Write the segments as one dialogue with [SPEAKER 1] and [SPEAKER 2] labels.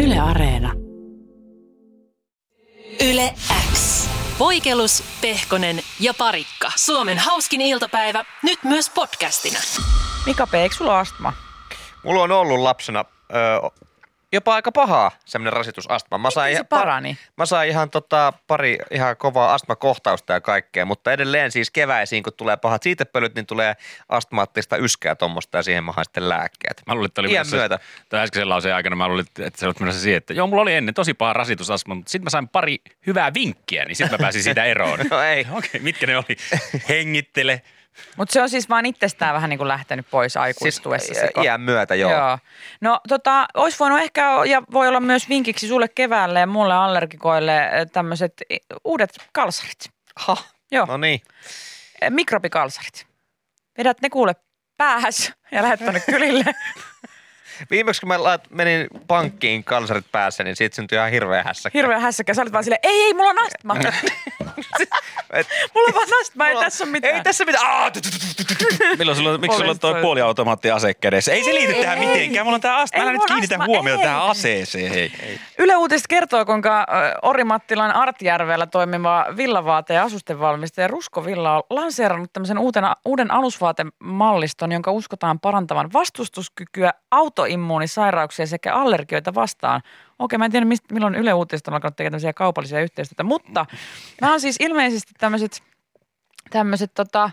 [SPEAKER 1] Yle Areena.
[SPEAKER 2] Yle X. Voikelus, Pehkonen ja Parikka. Suomen hauskin iltapäivä, nyt myös podcastina.
[SPEAKER 3] Mika P, eikö sulla astma?
[SPEAKER 4] Mulla on ollut lapsena öö, jopa aika pahaa semmoinen rasitusastma. Mä
[SPEAKER 3] Miten se
[SPEAKER 4] par-
[SPEAKER 3] parani?
[SPEAKER 4] Mä sain ihan tota, pari ihan kovaa astmakohtausta ja kaikkea, mutta edelleen siis keväisiin, kun tulee pahat siitepölyt, niin tulee astmaattista yskää tuommoista ja siihen mä haen sitten lääkkeet.
[SPEAKER 5] Mä luulin, että oli
[SPEAKER 4] Iän
[SPEAKER 5] menossa,
[SPEAKER 4] myötä.
[SPEAKER 5] Tämän äskeisen lauseen aikana mä luulin, että sä olet menossa siihen, että joo, mulla oli ennen tosi paha rasitusasma, mutta sitten mä sain pari hyvää vinkkiä, niin sitten mä pääsin siitä eroon.
[SPEAKER 4] No ei.
[SPEAKER 5] Okei, okay, mitkä ne oli? Hengittele.
[SPEAKER 3] Mutta se on siis vaan itsestään vähän niin kuin lähtenyt pois aikuistuessa.
[SPEAKER 4] Siis, ä, iän myötä, joo. joo.
[SPEAKER 3] No tota, olisi voinut ehkä, o- ja voi olla myös vinkiksi sulle keväälle ja mulle allergikoille tämmöiset uudet kalsarit.
[SPEAKER 4] Ha,
[SPEAKER 3] Joo,
[SPEAKER 4] no niin.
[SPEAKER 3] eh, mikrobikalsarit. Vedät ne kuule päähäs ja lähdet tonne kylille.
[SPEAKER 4] Viimeksi kun mä lait- menin pankkiin kalsarit päässä, niin siitä syntyi ihan hirveä hässäkkä.
[SPEAKER 3] Hirveä hässäkkä. Sä olet vaan silleen, ei, ei, mulla on astma.
[SPEAKER 4] Et,
[SPEAKER 3] Mulla on vaan astma, ei tässä ole mitään.
[SPEAKER 4] Ei tässä mitään. Aa, tut, tut, tut, tut, tut.
[SPEAKER 6] Milloin sulla, miksi sulla on
[SPEAKER 3] Poliisi toi-
[SPEAKER 6] toi puoliautomaattiase kädessä? Ei se liity
[SPEAKER 3] Ei,
[SPEAKER 6] tähän
[SPEAKER 3] ei.
[SPEAKER 6] mitenkään. Mulla on tää astma.
[SPEAKER 3] Ei,
[SPEAKER 6] Älä
[SPEAKER 3] mulla
[SPEAKER 6] nyt
[SPEAKER 3] on
[SPEAKER 6] kiinnitä
[SPEAKER 3] astma,
[SPEAKER 6] huomiota
[SPEAKER 3] ei.
[SPEAKER 6] tähän aseeseen. Hei.
[SPEAKER 4] Niin
[SPEAKER 3] Yle Uutiset kertoo, kuinka ö, Orimattilan Artjärvellä toimiva villavaate- ja asustevalmistaja Ruskovilla on lanseerannut tämmöisen uutena, uuden alusvaatemalliston, jonka uskotaan parantavan vastustuskykyä autoimmuunisairauksia sekä allergioita vastaan. Okei, mä en tiedä, mistä, milloin Yle Uutiset on alkanut tekemään tämmöisiä kaupallisia yhteistyötä, mutta nämä on siis ilmeisesti tämmöiset, tämmöiset tota,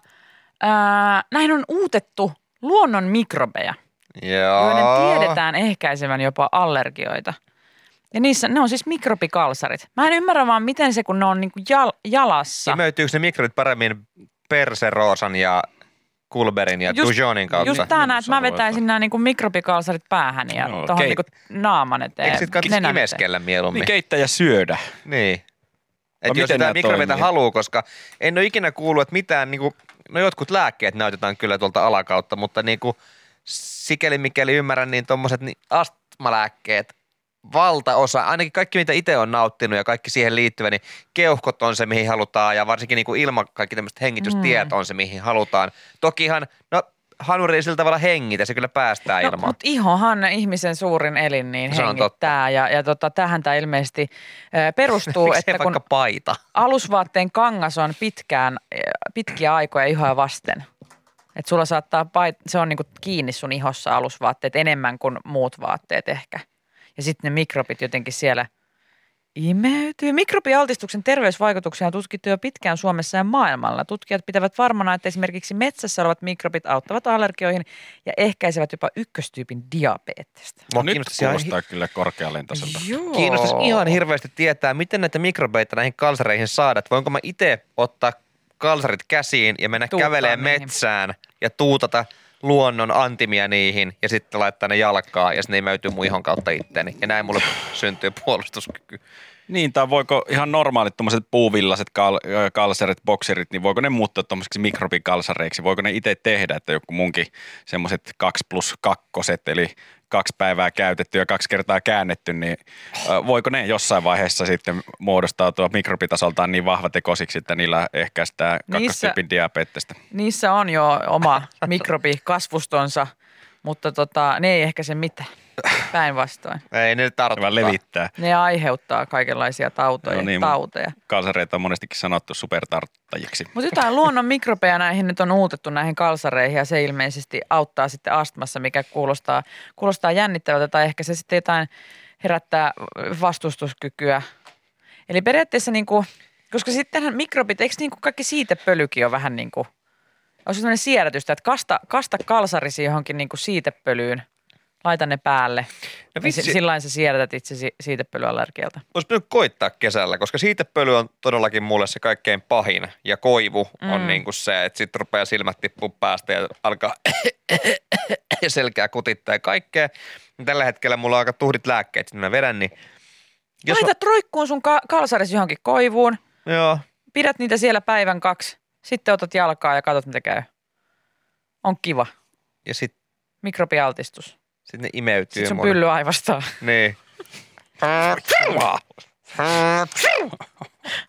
[SPEAKER 3] ää, näin on uutettu luonnon mikrobeja
[SPEAKER 4] Joo.
[SPEAKER 3] joiden tiedetään ehkäisevän jopa allergioita. Ja niissä, ne on siis mikrobikalsarit. Mä en ymmärrä vaan, miten se, kun ne on niinku jal, jalassa.
[SPEAKER 4] Imeytyykö ne mikrobit paremmin perseroosan ja kulberin ja
[SPEAKER 3] Just-
[SPEAKER 4] Dujonin kautta? Niin,
[SPEAKER 3] Just tää näin, että mä vetäisin nämä niinku mikrobikalsarit päähän ja no,
[SPEAKER 6] Joo,
[SPEAKER 3] tuohon
[SPEAKER 6] okei.
[SPEAKER 3] niinku naaman eteen.
[SPEAKER 4] Eikö sit katsisi
[SPEAKER 3] nenän eteen.
[SPEAKER 4] imeskellä mieluummin?
[SPEAKER 6] Niin keittää ja syödä.
[SPEAKER 4] Niin. Et jos
[SPEAKER 6] miten
[SPEAKER 4] jotain
[SPEAKER 6] nää
[SPEAKER 4] mikrobita
[SPEAKER 6] toimii?
[SPEAKER 4] haluaa, koska en ole ikinä kuullut, että mitään, niin kuin, no jotkut lääkkeet näytetään kyllä tuolta alakautta, mutta niin kuin, sikäli mikäli ymmärrän, niin tuommoiset niin astmalääkkeet, valtaosa, ainakin kaikki mitä itse on nauttinut ja kaikki siihen liittyvä, niin keuhkot on se, mihin halutaan ja varsinkin niin kuin ilma, kaikki tämmöiset hengitystiet
[SPEAKER 3] Mm.
[SPEAKER 4] on se, mihin halutaan. Tokihan, no hanuri ei sillä tavalla hengitä, se kyllä päästää no,
[SPEAKER 3] No,
[SPEAKER 4] ilmaan.
[SPEAKER 3] mutta ihohan ihmisen suurin elin niin
[SPEAKER 4] Se on
[SPEAKER 3] hengittää ja, ja tota, tähän tämä ilmeisesti ö, perustuu,
[SPEAKER 4] Miksei
[SPEAKER 3] että kun
[SPEAKER 4] vaikka paita?
[SPEAKER 3] alusvaatteen kangas on pitkään, ö, pitkiä aikoja ihoa vasten. Et sulla saattaa, pait- se on niinku kiinni sun ihossa alusvaatteet enemmän kuin muut vaatteet ehkä. Ja sitten ne mikrobit jotenkin siellä imeytyy. Mikrobialtistuksen terveysvaikutuksia on tutkittu jo pitkään Suomessa ja maailmalla. Tutkijat pitävät varmana, että esimerkiksi metsässä olevat mikrobit auttavat allergioihin ja ehkäisevät jopa ykköstyypin diabeettista.
[SPEAKER 4] Mua
[SPEAKER 6] No, nyt
[SPEAKER 4] kiinnostaisi ihan hi-
[SPEAKER 6] kuulostaa kyllä korkealentoiselta.
[SPEAKER 3] Joo.
[SPEAKER 4] Kiinnostaisi ihan hirveästi tietää, miten näitä mikrobeita näihin kalsareihin saada. Että Voinko mä itse ottaa kalsarit käsiin ja mennä
[SPEAKER 3] Tuuttaa
[SPEAKER 4] kävelee
[SPEAKER 3] niihin.
[SPEAKER 4] metsään ja tuutata luonnon antimia niihin ja sitten laittaa ne jalkaa ja sinne imeytyy mun ihon kautta itteeni. Ja näin mulle syntyy puolustuskyky.
[SPEAKER 6] Niin, tai voiko ihan normaalit tuommoiset puuvillaset kal- ö, kalsarit, bokserit, niin voiko ne muuttaa tuommoisiksi mikrobikalsareiksi? Voiko ne itse tehdä, että joku munkin semmoiset 2 plus kakkoset, eli kaksi päivää käytetty ja kaksi kertaa käännetty, niin ö, voiko ne jossain vaiheessa sitten muodostautua mikrobitasoltaan niin vahvatekosiksi, että niillä ehkäistään
[SPEAKER 3] Niissä-
[SPEAKER 6] kakkostyypin diabeettista?
[SPEAKER 3] Niissä on jo oma mikrobikasvustonsa, mutta tota, ne ei ehkä se mitään. Päinvastoin.
[SPEAKER 4] Ei ne tartuttaa.
[SPEAKER 6] Hyvä levittää.
[SPEAKER 3] Ne aiheuttaa kaikenlaisia tautoja,
[SPEAKER 6] No niin, mut-
[SPEAKER 3] tauteja.
[SPEAKER 6] Kalsareita on monestikin sanottu supertarttajiksi.
[SPEAKER 3] Mutta jotain luonnon mikrobeja näihin nyt on uutettu näihin kalsareihin ja se ilmeisesti auttaa sitten astmassa, mikä kuulostaa, kuulostaa jännittävältä tai ehkä se sitten jotain herättää vastustuskykyä. Eli periaatteessa niin kuin, koska sittenhän mikrobit, eikö niin kuin kaikki siitepölykin ole vähän niin kuin, on sellainen siedätystä, että kasta, kasta kalsarisi johonkin niin kuin siitepölyyn, laita ne päälle.
[SPEAKER 4] No
[SPEAKER 3] No,
[SPEAKER 4] vitsi.
[SPEAKER 3] Sillain sä siedätät itsesi siitepölyallergialta.
[SPEAKER 4] Olisi pitänyt koittaa kesällä, koska siitepöly on todellakin mulle se kaikkein pahin. Ja koivu mm. on niin kuin se, että sitten rupeaa silmät tippua päästä ja alkaa ja selkää kutittaa ja kaikkea. Niin Tällä hetkellä mulla on aika tuhdit lääkkeet, sitten mä vedän, niin...
[SPEAKER 3] Jos Laitat roikkuun sun ka- kalsaris johonkin koivuun,
[SPEAKER 4] Joo.
[SPEAKER 3] pidät niitä siellä päivän kaksi, sitten otat jalkaa ja katsot mitä käy. On kiva.
[SPEAKER 4] Ja sitten
[SPEAKER 3] Mikrobialtistus.
[SPEAKER 4] sit ne imeytyy.
[SPEAKER 3] Sitten sun
[SPEAKER 4] mulle.
[SPEAKER 3] pylly aivastaa.
[SPEAKER 4] Niin.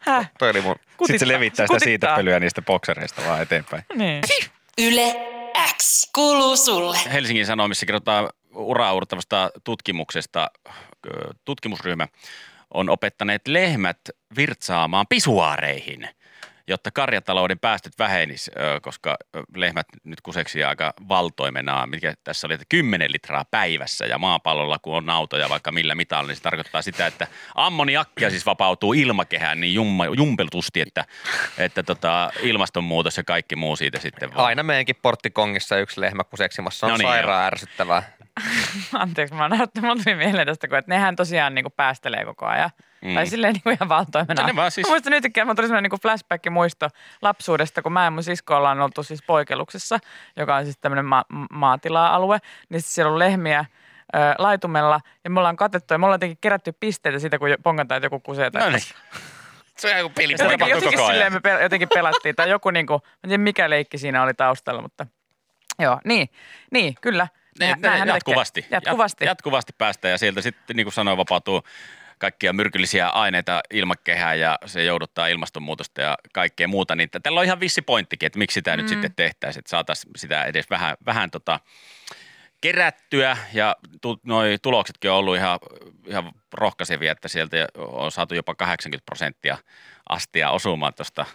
[SPEAKER 3] Häh?
[SPEAKER 4] Toi oli mun...
[SPEAKER 6] Sitten
[SPEAKER 3] Kutittaa.
[SPEAKER 6] se levittää sitä
[SPEAKER 3] Kutittaa.
[SPEAKER 6] siitepölyä niistä boksereista vaan eteenpäin.
[SPEAKER 3] Niin.
[SPEAKER 2] Yle X. Kuuluu sulle.
[SPEAKER 5] Helsingin Sanomissa kerrotaan
[SPEAKER 6] uraa uurtavasta tutkimuksesta ö, tutkimusryhmä on opettaneet lehmät virtsaamaan pisuaareihin, jotta karjatalouden päästöt vähenis, ö, koska ö, lehmät nyt kuseksi aika valtoimenaan, mikä tässä oli, että 10 litraa päivässä ja maapallolla, kun on autoja vaikka millä mitalla, niin se tarkoittaa sitä, että ammoniakkia siis vapautuu ilmakehään niin jumma, jumpelutusti, että, että tota, ilmastonmuutos ja kaikki muu siitä sitten vaan.
[SPEAKER 4] Aina meidänkin porttikongissa yksi lehmä kuseksimassa on
[SPEAKER 6] No niin,
[SPEAKER 4] sairaan ärsyttävää.
[SPEAKER 3] Anteeksi, mä näytän, mulla tuli mieleen tästä, kun, että nehän tosiaan niin kuin päästelee koko ajan. Mm. Tai silleen niin kuin ihan valtoimena.
[SPEAKER 6] Mutta ne vaan siis-
[SPEAKER 3] Mä muistan yhtäkkiä, mulla tuli sellainen niin flashback-muisto lapsuudesta, kun mä ja mun sisko ollaan oltu siis poikeluksessa, joka on siis tämmöinen ma- m- maatila-alue, niin siis siellä on lehmiä ö, laitumella ja me ollaan katettu ja me ollaan jotenkin kerätty pisteitä siitä, kun jo- pongataan, että joku kusee tai
[SPEAKER 6] No niin.
[SPEAKER 4] Se on joku peli.
[SPEAKER 3] Jotenkin,
[SPEAKER 6] tapahtuu
[SPEAKER 3] jotenkin
[SPEAKER 6] Niin, koko ajan.
[SPEAKER 3] silleen me pel- jotenkin pelattiin, tai joku niinku, mä en tiedä mikä leikki siinä oli taustalla, mutta joo, niin, niin kyllä.
[SPEAKER 6] Ne,
[SPEAKER 3] Nä-
[SPEAKER 6] ne,
[SPEAKER 3] näinhän tekee.
[SPEAKER 6] jatkuvasti. Jat-
[SPEAKER 3] Jatkuvasti. Jat,
[SPEAKER 6] jatkuvasti päästään ja sieltä sitten, niin kuin sanoin, vapautuu kaikkia myrkyllisiä aineita ilmakehään ja se jouduttaa ilmastonmuutosta ja kaikkea muuta. Niin t- tällä on ihan vissi pointtikin, että miksi sitä mm. nyt sitten tehtäisiin, että saataisiin sitä edes vähän, vähän tota kerättyä ja tu, noi tuloksetkin on ollut ihan, ihan rohkaisevia, että sieltä on saatu jopa 80 prosenttia astia osumaan tuosta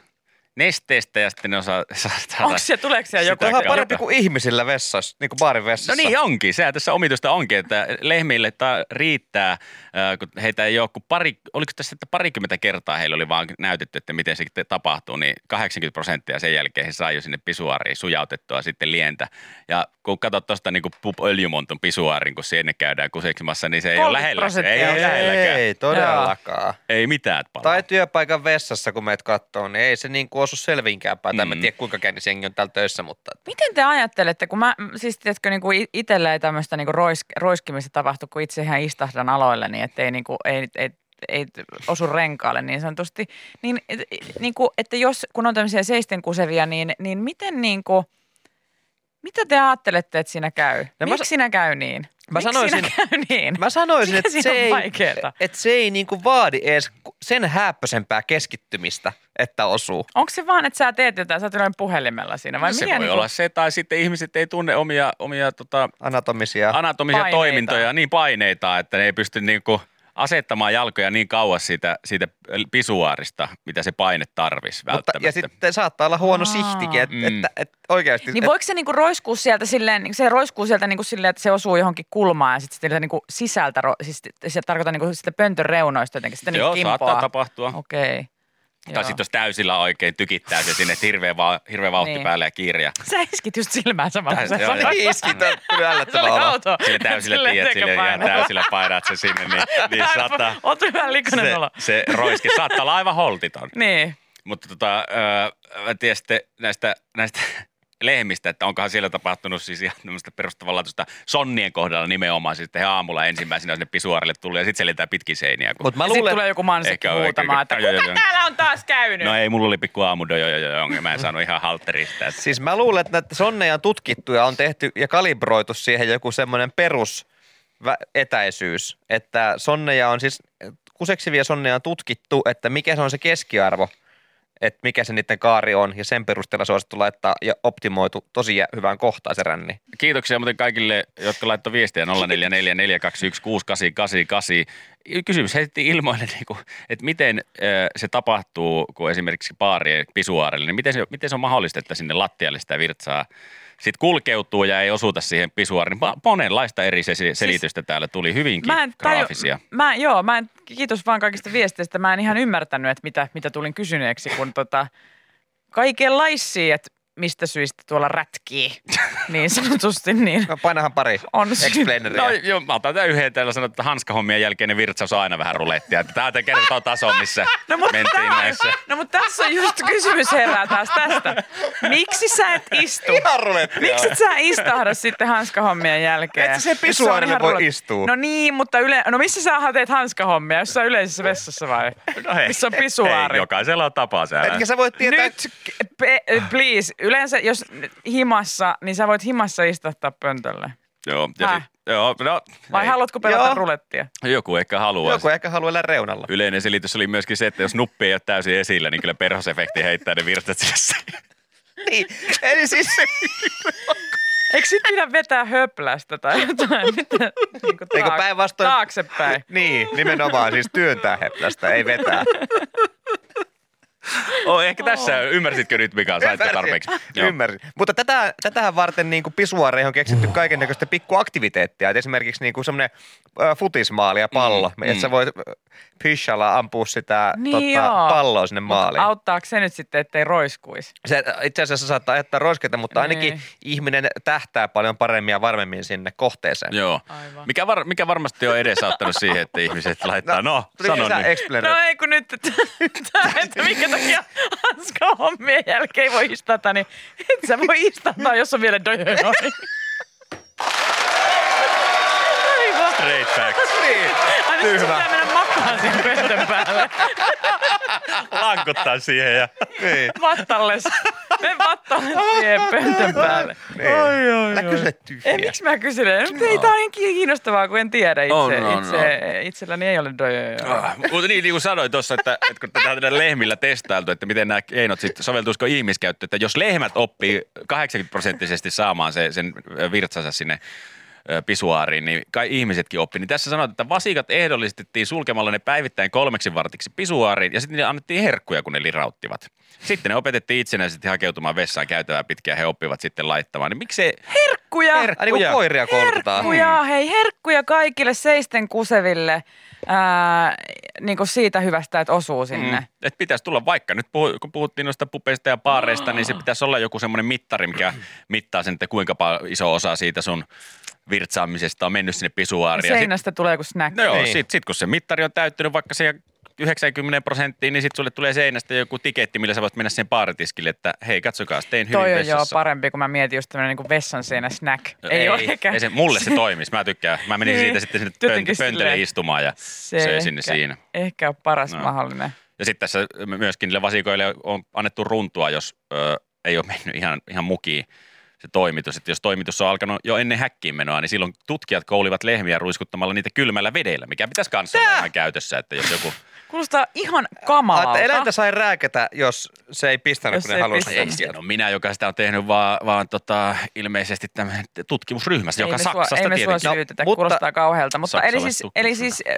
[SPEAKER 6] nesteestä ja sitten ne on saa, saa,
[SPEAKER 3] Onko se, tuleeko siellä
[SPEAKER 6] Sitä
[SPEAKER 3] joku?
[SPEAKER 4] Tämä on
[SPEAKER 6] Joka-
[SPEAKER 4] parempi kuin ihmisillä vessassa, niin kuin baarin vessassa.
[SPEAKER 6] No niin onkin, sehän tässä omituista onkin, että lehmille tämä riittää, ää, kun heitä ei ole kuin pari, oliko tässä että parikymmentä kertaa heillä oli vaan näytetty, että miten se te- tapahtuu, niin 80 prosenttia sen jälkeen he sai jo sinne pisuaariin sujautettua sitten lientä. Ja kun katsot tuosta niin kuin öljymonton pisuaarin, kun sinne käydään kuseksimassa, niin se ei ole
[SPEAKER 3] 30
[SPEAKER 6] lähellä. Se ei
[SPEAKER 3] prosenttia.
[SPEAKER 6] ole lähelläkään.
[SPEAKER 4] Ei todellakaan.
[SPEAKER 6] Ei mitään palaa.
[SPEAKER 4] Tai työpaikan vessassa, kun meet kattoo, niin ei se niin kuin osu selvinkään päin. Mm. Mä en
[SPEAKER 6] Mm.
[SPEAKER 4] tiedä, kuinka kännissä jengi on täällä töissä, mutta
[SPEAKER 3] Miten te ajattelette, kun mä, m, siis tiedätkö, niin kuin itsellä ei tämmöistä niin kuin rois, roiskimista tapahtu, kun itse ihan istahdan aloille, niin ettei niin kuin, ei, ei, ei osu renkaalle niin sanotusti. Niin, et, niin kuin, että jos, kun on tämmöisiä seisten kusevia, niin, niin miten niin kuin, mitä te ajattelette, että siinä käy?
[SPEAKER 4] mä
[SPEAKER 3] No Miksi
[SPEAKER 4] sa-
[SPEAKER 3] siinä käy niin?
[SPEAKER 4] Mä
[SPEAKER 3] Miksi
[SPEAKER 4] sanoisin-
[SPEAKER 3] siinä käy niin?
[SPEAKER 4] Mä sanoisin,
[SPEAKER 3] Mikä
[SPEAKER 4] että
[SPEAKER 3] siinä
[SPEAKER 4] se
[SPEAKER 3] on
[SPEAKER 4] ei,
[SPEAKER 3] vaikeeta?
[SPEAKER 4] että se ei niinku vaadi edes sen häppösempää keskittymistä, että osuu.
[SPEAKER 3] Onko se vaan, että sä teet jotain, sä oot jollain puhelimella siinä? Vai
[SPEAKER 6] No se
[SPEAKER 3] mikä
[SPEAKER 6] voi
[SPEAKER 3] niin
[SPEAKER 6] olla se, tai sitten ihmiset ei tunne omia, omia tota,
[SPEAKER 4] Anatomisia.
[SPEAKER 6] anatomisia
[SPEAKER 3] Paineita.
[SPEAKER 6] toimintoja, niin paineita, että ne ei pysty niinku asettamaan jalkoja niin kauas siitä, siitä pisuaarista, mitä se paine tarvisi
[SPEAKER 4] Mutta,
[SPEAKER 6] välttämättä.
[SPEAKER 4] ja sitten saattaa olla huono
[SPEAKER 3] Aa.
[SPEAKER 4] sihtikin, että
[SPEAKER 6] Mm.
[SPEAKER 4] et, et, oikeasti.
[SPEAKER 3] Niin
[SPEAKER 4] et-
[SPEAKER 3] voiko se niinku roiskuu sieltä silleen, niinku se roiskuu sieltä niinku silleen, että se osuu johonkin kulmaan ja sitten sitä niinku sisältä, ro- siis se tarkoittaa niinku sitä pöntön reunoista jotenkin, sitä niinku
[SPEAKER 6] Joo, saattaa
[SPEAKER 3] kimpoaa.
[SPEAKER 6] tapahtua. Okay.
[SPEAKER 3] Okei.
[SPEAKER 6] Tai
[SPEAKER 3] Okay.
[SPEAKER 6] sitten jos täysillä oikein tykittää se sinne, että hirveä, va- hirveä vauhti
[SPEAKER 3] Niin.
[SPEAKER 6] niin. päälle ja kiirja.
[SPEAKER 3] Sä iskit just silmään samalla.
[SPEAKER 6] Täys-
[SPEAKER 3] kun sä
[SPEAKER 6] joo,
[SPEAKER 3] sanoit.
[SPEAKER 6] joo.
[SPEAKER 4] Niin iski, tää on kyllä
[SPEAKER 3] se oli
[SPEAKER 4] ällöttävä olo.
[SPEAKER 3] outoa.
[SPEAKER 6] Sille täysillä
[SPEAKER 3] Silleen
[SPEAKER 6] tiedät, sille ihan
[SPEAKER 3] tekapaino.
[SPEAKER 6] täysillä painat se sinne, niin, niin saattaa...
[SPEAKER 3] Oot vähän likainen
[SPEAKER 6] Se,
[SPEAKER 3] olo.
[SPEAKER 6] se roiski saattaa olla aivan holtiton.
[SPEAKER 3] Niin.
[SPEAKER 6] Mutta tota, öö, mä tiedän sitten näistä, näistä lehmistä, että onkohan siellä tapahtunut siis ihan tämmöistä perustavanlaatuista sonnien kohdalla nimenomaan. Siis että he aamulla ensimmäisenä sinne pisuarille tuli ja sitten se lentää pitkin seiniä. Kun...
[SPEAKER 4] Mut mä
[SPEAKER 3] Ja sitten
[SPEAKER 4] luulen,
[SPEAKER 3] tulee joku mansikki
[SPEAKER 6] Eikä ole,
[SPEAKER 3] huutamaan,
[SPEAKER 6] eikä-
[SPEAKER 3] että
[SPEAKER 6] joo, joo,
[SPEAKER 3] kuka
[SPEAKER 6] joo.
[SPEAKER 3] täällä on taas käynyt?
[SPEAKER 6] No ei, mulla oli pikku aamu, jo, jo, jo, jo, ongelma. mä en saanut ihan halterista. Että...
[SPEAKER 4] Siis mä luulen, että näitä sonneja on tutkittu ja on tehty ja kalibroitu siihen joku semmoinen perus vä- etäisyys, että sonneja on siis, kuseksivia sonneja on tutkittu, että mikä se on se keskiarvo, että mikä se niiden kaari on ja sen perusteella suosittu laittaa ja optimoitu tosi jä- hyvään kohtaan se ränni.
[SPEAKER 6] Kiitoksia muuten kaikille, jotka laittoi viestiä 0444216888. Kysymys heitettiin ilmoille, niin kuin, että miten ö, se tapahtuu, kun esimerkiksi baarien pisuaarelle, niin miten se, miten se on mahdollista, että sinne lattialle sitä virtsaa sitten kulkeutuu ja ei osuta siihen pisuaariin. Ma- Monenlaista eri se, selitystä täällä tuli, hyvinkin
[SPEAKER 3] Mä en taju-
[SPEAKER 6] graafisia.
[SPEAKER 3] Mä, joo, mä en, kiitos vaan kaikista viesteistä. Mä en ihan ymmärtänyt, että mitä, mitä tulin kysyneeksi, kun tota, kaikenlaisia, että mistä syistä tuolla rätkii, niin sanotusti, niin
[SPEAKER 4] No painahan pari
[SPEAKER 3] on sy-
[SPEAKER 4] explaineria.
[SPEAKER 6] No joo, mä otan tämän yhden täällä sanotaan, että hanskahommien jälkeinen virtsaus on aina vähän rulettia. Että Tää kertoo taso, missä
[SPEAKER 3] No mutta,
[SPEAKER 6] mentiin
[SPEAKER 3] tää on,
[SPEAKER 6] näissä.
[SPEAKER 3] no mutta tässä on just kysymys herää taas tästä. Miksi sä et istu?
[SPEAKER 4] Ihan rulettia.
[SPEAKER 3] Miksi et sä istahda sitten hanskahommien jälkeen?
[SPEAKER 4] Et sä sen
[SPEAKER 3] Jos on
[SPEAKER 4] pisuaarille
[SPEAKER 3] ihan
[SPEAKER 4] voi
[SPEAKER 3] rulet-
[SPEAKER 4] istua.
[SPEAKER 3] No niin, mutta yle... no missä sä teet hanskahommia? Jos sä yleisessä vessassa vai?
[SPEAKER 6] No hei,
[SPEAKER 3] Missä on pisuaari?
[SPEAKER 6] Hei, jokaisella on tapa siellä.
[SPEAKER 4] Etkä sä voi tietää,
[SPEAKER 3] Nyt, k- pe- please. Yleensä jos himassa, niin sä voit himassa istahtaa pöntölle.
[SPEAKER 6] Joo, ja
[SPEAKER 3] Häh?
[SPEAKER 6] sit, joo, no,
[SPEAKER 3] Vai
[SPEAKER 6] ei.
[SPEAKER 3] haluatko pelata
[SPEAKER 4] Joo.
[SPEAKER 3] rulettia?
[SPEAKER 6] joku ehkä haluaa.
[SPEAKER 4] joku e- ehkä haluaa elää reunalla.
[SPEAKER 6] Yleinen selitys oli myöskin se, että jos nuppi ei ole täysin esillä, niin kyllä
[SPEAKER 3] Niin,
[SPEAKER 6] perhosefekti heittää ne virtat sinne.
[SPEAKER 4] Niin, eli siis
[SPEAKER 3] Eikö sit pidä vetää höplästä tai jotain? Mitä, niin kuin
[SPEAKER 4] Eikö
[SPEAKER 3] taak-
[SPEAKER 4] päinvastoin-
[SPEAKER 3] Taaksepäin.
[SPEAKER 4] Niin, nimenomaan siis työntää heplästä, ei vetää.
[SPEAKER 6] Oh, ehkä tässä ymmärsitkö nyt, Mika? Saitte
[SPEAKER 4] Ymmärsin.
[SPEAKER 6] tarpeeksi. Joo.
[SPEAKER 4] Ymmärsin. Mutta tätä, tätähän varten niin kuin pisuaareihin on keksitty kaiken näköistä pikkuaktiviteettia. Et esimerkiksi niin kuin semmoinen ö, futismaali ja pallo, mm,
[SPEAKER 7] Mm,
[SPEAKER 4] että
[SPEAKER 7] mm.
[SPEAKER 4] sä voit ö, pishalla ampua sitä
[SPEAKER 3] Niin
[SPEAKER 4] tota,
[SPEAKER 3] joo.
[SPEAKER 4] palloa sinne maaliin.
[SPEAKER 3] Auttaako se nyt sitten, ettei roiskuisi?
[SPEAKER 4] Se itse asiassa saattaa jättää rosketta, mutta ainakin
[SPEAKER 3] Niin.
[SPEAKER 4] ihminen tähtää paljon paremmin ja varmemmin sinne kohteeseen.
[SPEAKER 6] Joo.
[SPEAKER 3] Aivan.
[SPEAKER 6] Mikä, var, mikä varmasti on edesauttanut siihen, että ihmiset laittaa, no,
[SPEAKER 4] tuli
[SPEAKER 6] sano
[SPEAKER 4] lisää
[SPEAKER 6] nyt.
[SPEAKER 4] explainer.
[SPEAKER 3] No ei kun nyt, että, että minkä takia Hanska hommien jälkeen ei voi istata, niin et sä voi istata, jos on vielä
[SPEAKER 6] No niin.
[SPEAKER 3] dojojoi. Aivan.
[SPEAKER 6] Straight facts.
[SPEAKER 4] Niin.
[SPEAKER 3] Ai nyt sun
[SPEAKER 4] Tyhmä.
[SPEAKER 3] pitää mennä makaan sen pöntön päälle.
[SPEAKER 6] Lankuttaa siihen ja...
[SPEAKER 4] Niin.
[SPEAKER 3] Vattalles. Me vattalles siihen pöntön päälle.
[SPEAKER 4] Niin. Oi, oi, Älä kysele
[SPEAKER 3] Ei,
[SPEAKER 4] tyhmiä.
[SPEAKER 3] miksi mä kyselen? Nyt ei, tää on niin kiinnostavaa, kun en tiedä itse.
[SPEAKER 6] No. On, on,
[SPEAKER 3] itse Itselläni ei ole dojojoi.
[SPEAKER 6] Ah, Mutta niin, niin kuin sanoin tuossa, että, että kun tätä on näillä lehmillä testailtu, että miten nämä keinot sitten soveltuisiko ihmiskäyttöön, että jos lehmät oppii 80 prosenttisesti saamaan se, sen virtsansa sinne ö, pisuaariin, niin kai ihmisetkin oppi. Niin tässä sanotaan, että vasikat ehdollistettiin sulkemalla ne päivittäin kolmeksi vartiksi pisuaariin ja sitten niille annettiin herkkuja, kun ne lirauttivat. Sitten ne opetettiin itsenäisesti hakeutumaan vessaan käytävää pitkin ja he oppivat sitten laittamaan. Niin miksei,
[SPEAKER 3] Herkkuja!
[SPEAKER 4] Ai niin kuin koiria koulutetaan.
[SPEAKER 6] Hmm.
[SPEAKER 3] Herkkuja, hei herkkuja kaikille seisten kuseville ää, niin kuin siitä hyvästä, että osuu sinne. Mm.
[SPEAKER 6] että pitäisi tulla vaikka, nyt puhu, kun puhuttiin noista pupeista ja paareista,
[SPEAKER 3] Mm.
[SPEAKER 6] niin se pitäisi olla joku semmoinen mittari, mikä mittaa sen, että kuinka pal- iso osa siitä sun virtsaamisesta on mennyt sinne pisuaariin. Ja sit,
[SPEAKER 3] Seinästä tulee joku snack.
[SPEAKER 6] no joo,
[SPEAKER 4] Niin.
[SPEAKER 6] niin. sit, sit kun se mittari on täyttynyt vaikka se 90 prosenttiin, niin sitten sulle tulee seinästä joku tiketti, millä sä voit mennä sen baaritiskille, että hei, katsokaa, tein hyvin
[SPEAKER 3] Toi on joo
[SPEAKER 6] vessassa. No
[SPEAKER 3] parempi, kun mä mietin just tämmöinen niin vessan seinä snack. Ei,
[SPEAKER 6] ei,
[SPEAKER 3] ole eikä.
[SPEAKER 6] ei se, mulle se toimisi. Mä tykkään. Mä menin
[SPEAKER 3] Niin.
[SPEAKER 6] siitä sitten sinne
[SPEAKER 3] Jotenkin
[SPEAKER 6] pönt- pöntölle
[SPEAKER 3] silleen.
[SPEAKER 6] istumaan ja söisin ne siinä.
[SPEAKER 3] Ehkä on paras no.
[SPEAKER 6] No.
[SPEAKER 3] mahdollinen.
[SPEAKER 6] Ja sitten tässä myöskin niille vasikoille on annettu runtua, jos ö, ei ole mennyt ihan, ihan mukiin se toimitus. Että jos toimitus on alkanut jo ennen häkkiin menoa, niin silloin tutkijat koulivat lehmiä ruiskuttamalla niitä kylmällä vedellä, mikä pitäisi kanssa olla ihan käytössä, että jos joku...
[SPEAKER 3] Kuulostaa ihan
[SPEAKER 4] Ah,
[SPEAKER 3] kamalalta.
[SPEAKER 4] että eläintä sai rääkätä, jos se ei pistänyt,
[SPEAKER 3] Jos
[SPEAKER 4] kun
[SPEAKER 3] se
[SPEAKER 4] ne
[SPEAKER 3] niin. ei
[SPEAKER 4] halusi.
[SPEAKER 3] pistänyt.
[SPEAKER 6] Ei se ole minä, joka sitä on tehnyt, vaan, vaan tota, ilmeisesti tämän tutkimusryhmässä,
[SPEAKER 3] Ei
[SPEAKER 6] joka
[SPEAKER 3] me sua-
[SPEAKER 6] Saksasta
[SPEAKER 3] ei me sua
[SPEAKER 6] tietenkin.
[SPEAKER 4] No,
[SPEAKER 3] syytetä,
[SPEAKER 4] mutta-
[SPEAKER 3] kuulostaa kauhealta. Mutta eli
[SPEAKER 6] Saksalaiset
[SPEAKER 3] siis, eli siis äh,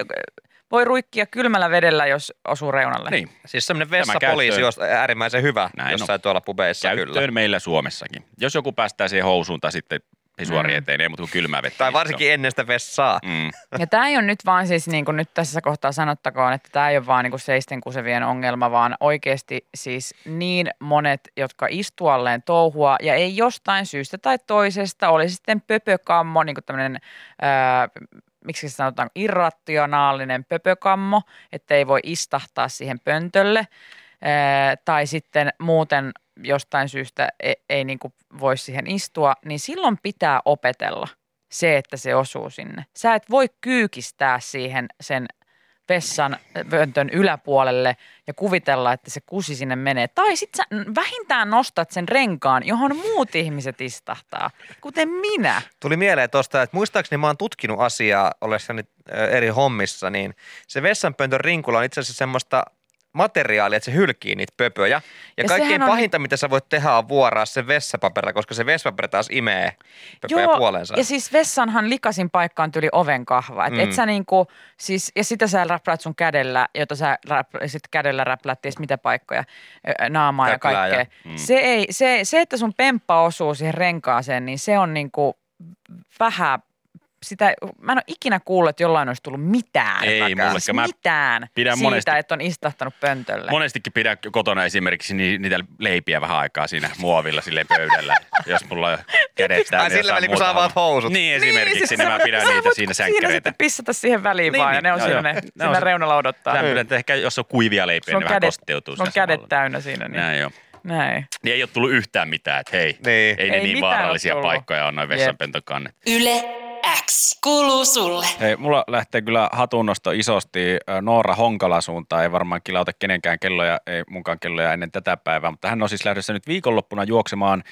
[SPEAKER 3] voi ruikkia kylmällä vedellä, jos osuu reunalle.
[SPEAKER 6] niin,
[SPEAKER 4] Siis semmoinen
[SPEAKER 6] Tämä
[SPEAKER 4] vessapoliisi
[SPEAKER 6] käyttöön.
[SPEAKER 4] olisi äärimmäisen hyvä
[SPEAKER 6] Näin
[SPEAKER 4] Näin
[SPEAKER 6] on.
[SPEAKER 4] jossain on. tuolla pubeissa
[SPEAKER 6] käyttöön
[SPEAKER 4] kyllä.
[SPEAKER 6] meillä Suomessakin. Jos joku päästää siihen housuun tai sitten pisuari
[SPEAKER 3] Mm.
[SPEAKER 6] eteen, ei muuta kuin kylmää vettä.
[SPEAKER 4] Tai
[SPEAKER 6] niin se on-
[SPEAKER 4] varsinkin ennen sitä vessaa.
[SPEAKER 6] Mm.
[SPEAKER 3] Ja tämä ei ole nyt vaan siis, niin kuin nyt tässä kohtaa sanottakoon, että tämä ei ole vaan niin kuin seisten kusevien ongelma, vaan oikeasti siis niin monet, jotka istualleen touhua ja ei jostain syystä tai toisesta, oli sitten pöpökammo, niin kuin tämmöinen, ää, miksi se sanotaan, irrationaalinen pöpökammo, että ei voi istahtaa siihen pöntölle, ää, tai sitten muuten jostain syystä ei, ei niin kuin voi siihen istua, niin silloin pitää opetella se, että se osuu sinne. Sä et voi kyykistää siihen sen vessan pöntön yläpuolelle ja kuvitella, että se kusi sinne menee. Tai sit sä vähintään nostat sen renkaan, johon muut ihmiset istahtaa, kuten minä.
[SPEAKER 4] Tuli mieleen tuosta, että muistaakseni mä oon tutkinut asiaa ollessani ö, eri hommissa, niin se vessanpöntön rinkula on itse asiassa semmoista materiaalia, että se hylkii niitä pöpöjä. Ja,
[SPEAKER 3] Ja
[SPEAKER 4] ja
[SPEAKER 3] sehän
[SPEAKER 4] kaikkein
[SPEAKER 3] on-
[SPEAKER 4] pahinta, mitä sä voit tehdä, on vuoraa se vessapaperilla, koska se vessapaperi taas imee pöpöjä puoleensa.
[SPEAKER 3] ja siis vessanhan likasin paikka on tyli oven kahva. Et, mm. et
[SPEAKER 4] Mm.
[SPEAKER 3] sä niinku, siis, ja sitä sä räpläät sun kädellä, jota sä räp, sit kädellä räpläät ties mitä paikkoja, ö, naamaa ja
[SPEAKER 4] Täplää ja-
[SPEAKER 3] kaikkea. Mm. Se, ei, se, se, että sun pemppa osuu siihen renkaaseen, niin se on niinku vähän sitä, mä en ole ikinä kuullut, että jollain olisi tullut mitään.
[SPEAKER 6] Ei
[SPEAKER 3] takaa.
[SPEAKER 6] mullekaan.
[SPEAKER 3] Siis
[SPEAKER 6] Mä
[SPEAKER 3] mitään
[SPEAKER 6] pidän
[SPEAKER 3] siitä,
[SPEAKER 6] monesti-
[SPEAKER 3] että on istahtanut pöntölleen.
[SPEAKER 6] Monestikin pidän kotona esimerkiksi ni- niitä leipiä vähän aikaa siinä muovilla sille pöydällä, jos mulla on kädet täynnä.
[SPEAKER 4] Ai sillä
[SPEAKER 6] jostain
[SPEAKER 4] välin, kun
[SPEAKER 6] muuta
[SPEAKER 4] sä avaat
[SPEAKER 6] hommaa.
[SPEAKER 4] housut.
[SPEAKER 6] Niin esimerkiksi, niin, siis
[SPEAKER 3] siis sä
[SPEAKER 6] niin mä
[SPEAKER 3] voit-
[SPEAKER 6] pidän
[SPEAKER 3] sä
[SPEAKER 6] niitä
[SPEAKER 3] voit
[SPEAKER 6] siinä
[SPEAKER 3] Siinä
[SPEAKER 6] sänkkäreitä.
[SPEAKER 3] sitten pissata siihen väliin niin, vaan, ja ne on
[SPEAKER 6] niin,
[SPEAKER 3] siinä,
[SPEAKER 6] joo,
[SPEAKER 3] ne,
[SPEAKER 6] joo. Ne on
[SPEAKER 3] siinä
[SPEAKER 6] se-
[SPEAKER 3] reunalla odottaa.
[SPEAKER 6] Lämpimät, että ehkä jos on kuivia leipiä,
[SPEAKER 3] Sulla
[SPEAKER 6] niin vähän kosteutuu.
[SPEAKER 3] sulla on
[SPEAKER 6] siinä
[SPEAKER 3] kädet
[SPEAKER 6] samalla.
[SPEAKER 3] täynnä siinä. Niin.
[SPEAKER 6] Näin joo.
[SPEAKER 3] Näin.
[SPEAKER 6] Niin ei ole tullut yhtään mitään, että hei,
[SPEAKER 4] Niin.
[SPEAKER 6] ei ne
[SPEAKER 3] Ei
[SPEAKER 6] niin
[SPEAKER 3] mitään
[SPEAKER 6] vaarallisia
[SPEAKER 3] ole tullut.
[SPEAKER 6] paikkoja on noin
[SPEAKER 3] Jep.
[SPEAKER 6] vessanpentokannet.
[SPEAKER 2] Yle X kuuluu sulle.
[SPEAKER 7] Hei, mulla lähtee kyllä hatunnosto isosti äh, Noora Honkala suuntaan. Ei varmaan kilauta kenenkään kelloja, ei munkaan kelloja ennen tätä päivää, mutta hän on siis lähdössä nyt viikonloppuna juoksemaan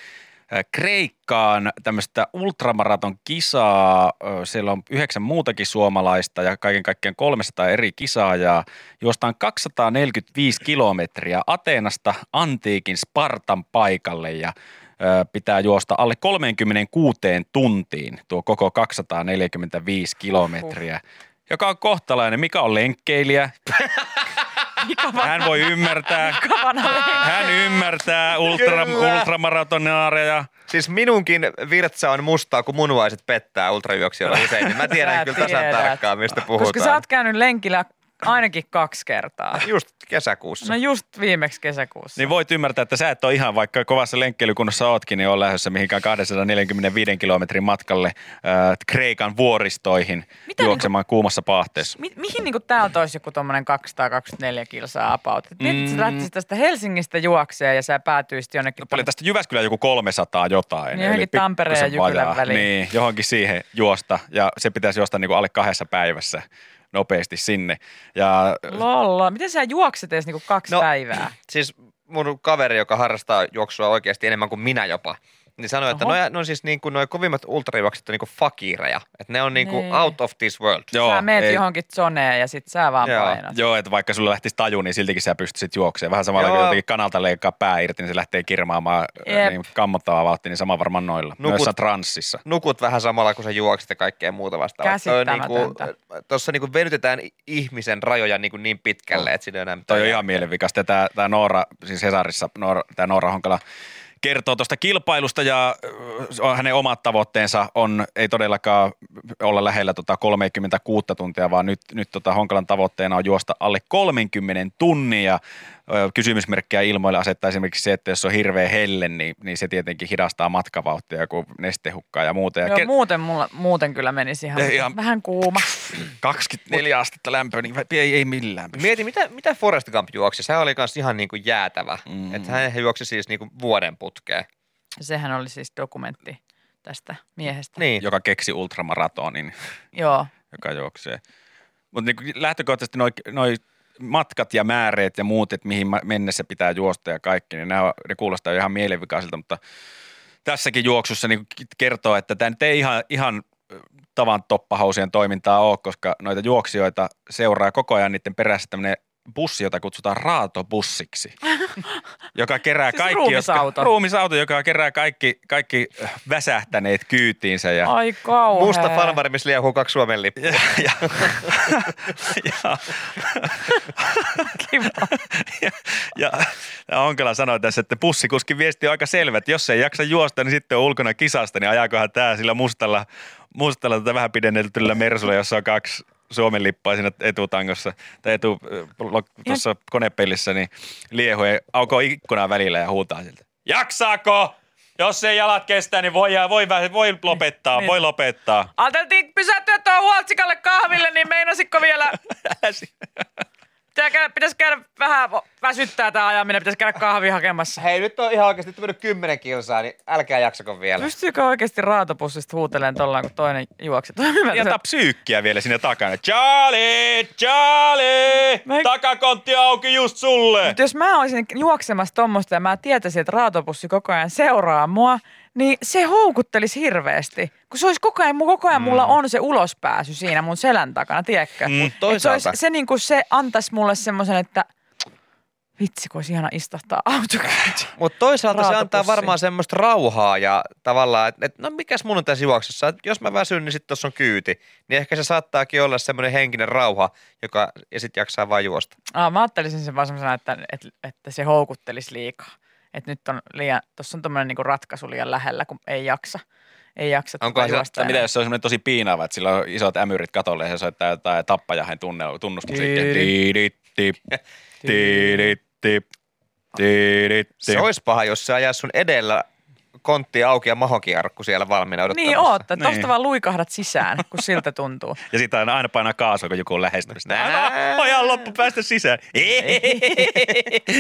[SPEAKER 7] äh, Kreikkaan tämmöistä ultramaraton kisaa. Äh, Siellä on yhdeksän muutakin suomalaista ja kaiken kaikkiaan 300 eri kisaa ja juostaan 245 kilometriä Ateenasta antiikin Spartan paikalle ja
[SPEAKER 6] ö, pitää juosta alle 36 tuntiin tuo koko 245 kilometriä, joka on kohtalainen. Mikä on lenkkeilijä? Hän voi ymmärtää. Hän ymmärtää ultra,
[SPEAKER 4] Kyllä.
[SPEAKER 6] ultramaratonaareja.
[SPEAKER 4] Siis minunkin virtsa on mustaa, kun munvaiset pettää ultrajuoksijoilla usein. Niin mä tiedän
[SPEAKER 3] Sä
[SPEAKER 4] kyllä tasan
[SPEAKER 3] tiedät.
[SPEAKER 4] tarkkaan, mistä puhutaan.
[SPEAKER 3] Koska sä oot käynyt lenkillä ainakin kaksi kertaa.
[SPEAKER 4] Just kesäkuussa.
[SPEAKER 3] No just viimeksi kesäkuussa.
[SPEAKER 6] Niin voit ymmärtää, että sä et ole ihan, vaikka kovassa lenkkeilykunnossa ootkin, niin on lähdössä mihinkään 245 kilometrin matkalle äh, Kreikan vuoristoihin
[SPEAKER 3] Mitä
[SPEAKER 6] juoksemaan kuumassa paahteessa.
[SPEAKER 3] Mi- mihin niinku täältä olisi joku tuommoinen 224 kilsaa about? Et Mietit, mm. sä lähtisit tästä Helsingistä juokseen ja sä päätyisit jonnekin.
[SPEAKER 6] No paljon tästä Jyväskylän joku 300 jotain.
[SPEAKER 3] Niin johonkin Tampereen ja
[SPEAKER 6] pikkusen vajaa.
[SPEAKER 3] Jykylän väliin.
[SPEAKER 6] Niin, johonkin siihen juosta. Ja se pitäisi juosta niin kuin alle kahdessa päivässä nopeasti sinne. Ja
[SPEAKER 3] Mm. Lollo. Miten sä juokset edes niinku kaksi no.
[SPEAKER 4] No.
[SPEAKER 3] päivää?
[SPEAKER 4] Siis mun kaveri, joka harrastaa juoksua oikeasti enemmän kuin minä jopa, niin sanoi, että
[SPEAKER 3] Oho.
[SPEAKER 4] noja, no siis niin kuin noi kovimmat ultrajuoksijat on niin kuin fakireja. Että ne on niin kuin
[SPEAKER 3] Niin.
[SPEAKER 4] out of this world.
[SPEAKER 6] joo,
[SPEAKER 3] sä meet
[SPEAKER 6] ei-
[SPEAKER 3] johonkin zoneen ja sit sä vaan
[SPEAKER 4] Joo.
[SPEAKER 3] painat.
[SPEAKER 6] Joo, että vaikka sulla lähtisi taju, niin siltikin sä pystyisit juoksemaan. Vähän samalla
[SPEAKER 4] Joo.
[SPEAKER 6] kuin jotenkin kanalta leikkaa pää irti, niin se lähtee kirmaamaan
[SPEAKER 3] Jep.
[SPEAKER 6] Jep. niin kammottavaa vauhtia, niin sama varmaan noilla.
[SPEAKER 4] Nukut-
[SPEAKER 6] Nukut. Noissa transsissa.
[SPEAKER 4] Nukut vähän samalla, kun sä juokset ja kaikkea muuta vastaavaa. Toi on
[SPEAKER 3] Käsittämätöntä.
[SPEAKER 4] Niinku, Tuossa niinku venytetään ihmisen rajoja niinku niin
[SPEAKER 3] Oh.
[SPEAKER 4] pitkälle, että siinä ei ole enää mitään.
[SPEAKER 6] Toi on ihan
[SPEAKER 4] järkeä.
[SPEAKER 6] mielenvikasta. Tämä, tämä Noora, siis Hesarissa, Noora, tämä Noora Honkala kertoo tuosta kilpailusta ja ö, hänen omat tavoitteensa on, ei todellakaan olla lähellä tota 36 tuntia, vaan nyt, nyt tota Honkalan tavoitteena on juosta alle 30 tunnia. Ö, Kysymysmerkkiä ilmoille asettaa esimerkiksi se, että jos on hirveä helle, niin, niin se tietenkin hidastaa matkavauhtia, kun nestehukkaa ja muuta. Ja
[SPEAKER 3] Joo,
[SPEAKER 6] ker-
[SPEAKER 3] muuten, mulla, muuten kyllä menisi ihan,
[SPEAKER 6] Ei, ihan-
[SPEAKER 3] vähän kuuma.
[SPEAKER 6] 24 astetta lämpöä, niin ei, ei millään pysty.
[SPEAKER 4] Mieti, mitä, mitä Forrest Gump juoksi? Sehän oli kans ihan niinku jäätävä. Mm. Että hän juoksi siis niinku vuoden putkeen.
[SPEAKER 3] Sehän oli siis dokumentti tästä miehestä.
[SPEAKER 4] Niin.
[SPEAKER 6] Joka keksi ultramaratonin.
[SPEAKER 3] Joo.
[SPEAKER 6] joka juoksee. Mutta niin lähtökohtaisesti noi, noi matkat ja määreet ja muut, että mihin mä- mennessä pitää juosta ja kaikki, niin nämä, ne kuulostaa jo ihan mielenvikaisilta, mutta tässäkin juoksussa niin kertoo, että tämä nyt ei ihan, ihan tavan toppahousien toimintaa ole, koska noita juoksijoita seuraa koko ajan niiden perässä tämmöinen bussi, jota kutsutaan raatobussiksi, joka kerää
[SPEAKER 3] Siis
[SPEAKER 6] kaikki,
[SPEAKER 3] ruumisauto.
[SPEAKER 6] Jotka, ruumisauto, joka kerää kaikki, kaikki väsähtäneet kyytiinsä. Ja,
[SPEAKER 3] Ai kauhea.
[SPEAKER 4] Musta farmari, missä liehuu kaksi Suomen lippua.
[SPEAKER 6] ja, ja, ja,
[SPEAKER 3] Kiva.
[SPEAKER 6] ja, ja, ja Onkala sanoi tässä, että pussikuski viesti on aika selvä, että jos ei jaksa juosta, niin sitten on ulkona kisasta, niin ajakohan tämä sillä mustalla, mustalla tätä vähän pidennetyllä mersulla, jossa on kaksi Suomen lippaa siinä etutangossa tai etu, äh, tuossa konepelissä, niin liehu ja aukoo ikkunaa välillä ja huutaa siltä. Jaksaako? Jos ei jalat kestä, niin voi, voi, voi, voi lopettaa,
[SPEAKER 3] Niin.
[SPEAKER 6] voi lopettaa.
[SPEAKER 3] Ajateltiin pysähtyä tuohon huoltsikalle kahville, niin meinasitko vielä... Pitää käydä, pitäisi käydä vähän väsyttää tämä ajaminen, pitäisi käydä kahvi hakemassa.
[SPEAKER 4] Hei, nyt on ihan oikeasti mennyt kymmenen kilsaa, niin älkää jaksako vielä.
[SPEAKER 3] Pystyykö oikeasti raatapussista huuteleen tollaan, kun toinen juoksi?
[SPEAKER 6] Jätä psyykkiä vielä sinne takana. Charlie, Charlie,
[SPEAKER 3] Mä en-
[SPEAKER 6] takakontti auki just sulle.
[SPEAKER 3] Mut jos mä olisin juoksemassa tuommoista ja mä tietäisin, että raatopussi koko ajan seuraa mua, niin se houkuttelisi hirveästi. Kun se olisi koko ajan, mu- koko ajan mulla on se ulospääsy siinä mun selän takana, tiedätkö? Mm, se, olisi,
[SPEAKER 4] toisaalta-
[SPEAKER 3] se, niin kuin se antaisi mulle semmoisen, että vitsi, kun olisi ihana istahtaa autokyytiin.
[SPEAKER 4] Mutta toisaalta se antaa
[SPEAKER 3] Raatapussiin.
[SPEAKER 4] varmaan semmoista rauhaa ja tavallaan, että et, no mikäs mun on tässä juoksessa, että jos mä väsyn, niin sitten tuossa on kyyti. Niin ehkä se saattaakin olla semmoinen henkinen rauha, joka ja sit jaksaa vaan juosta.
[SPEAKER 3] Ah, mä ajattelisin sen vaan semmoisena, että, että, että se houkuttelisi liikaa. Että nyt on liian, tuossa on tommonen niinku ratkaisu liian lähellä, kun ei jaksa. Ei jaksa
[SPEAKER 4] Onkohan
[SPEAKER 3] tota
[SPEAKER 4] se-
[SPEAKER 3] juosta
[SPEAKER 6] Tai mitä
[SPEAKER 3] enää.
[SPEAKER 6] jos se on semmoinen tosi piinaava, että sillä on isot ämyrit katolle ja se soittaa jotain tappajahen tunne- tunnusmusiikkia.
[SPEAKER 3] Tiidit.
[SPEAKER 6] Tiidit, tip, tiidit, tip, tiidit,
[SPEAKER 4] Se
[SPEAKER 6] tip.
[SPEAKER 4] olisi paha, jos se ajaa sun edellä kontti auki ja mahokiarkku siellä valmiina odottamassa.
[SPEAKER 3] Niin oot, että tosta
[SPEAKER 6] Niin.
[SPEAKER 3] vaan luikahdat sisään, kun siltä tuntuu.
[SPEAKER 6] Ja sitä aina, aina painaa kaasua, kun joku on lähestynyt. Sitä.
[SPEAKER 4] Nää.
[SPEAKER 6] Aivan, Ajan loppu, päästä sisään. Ei,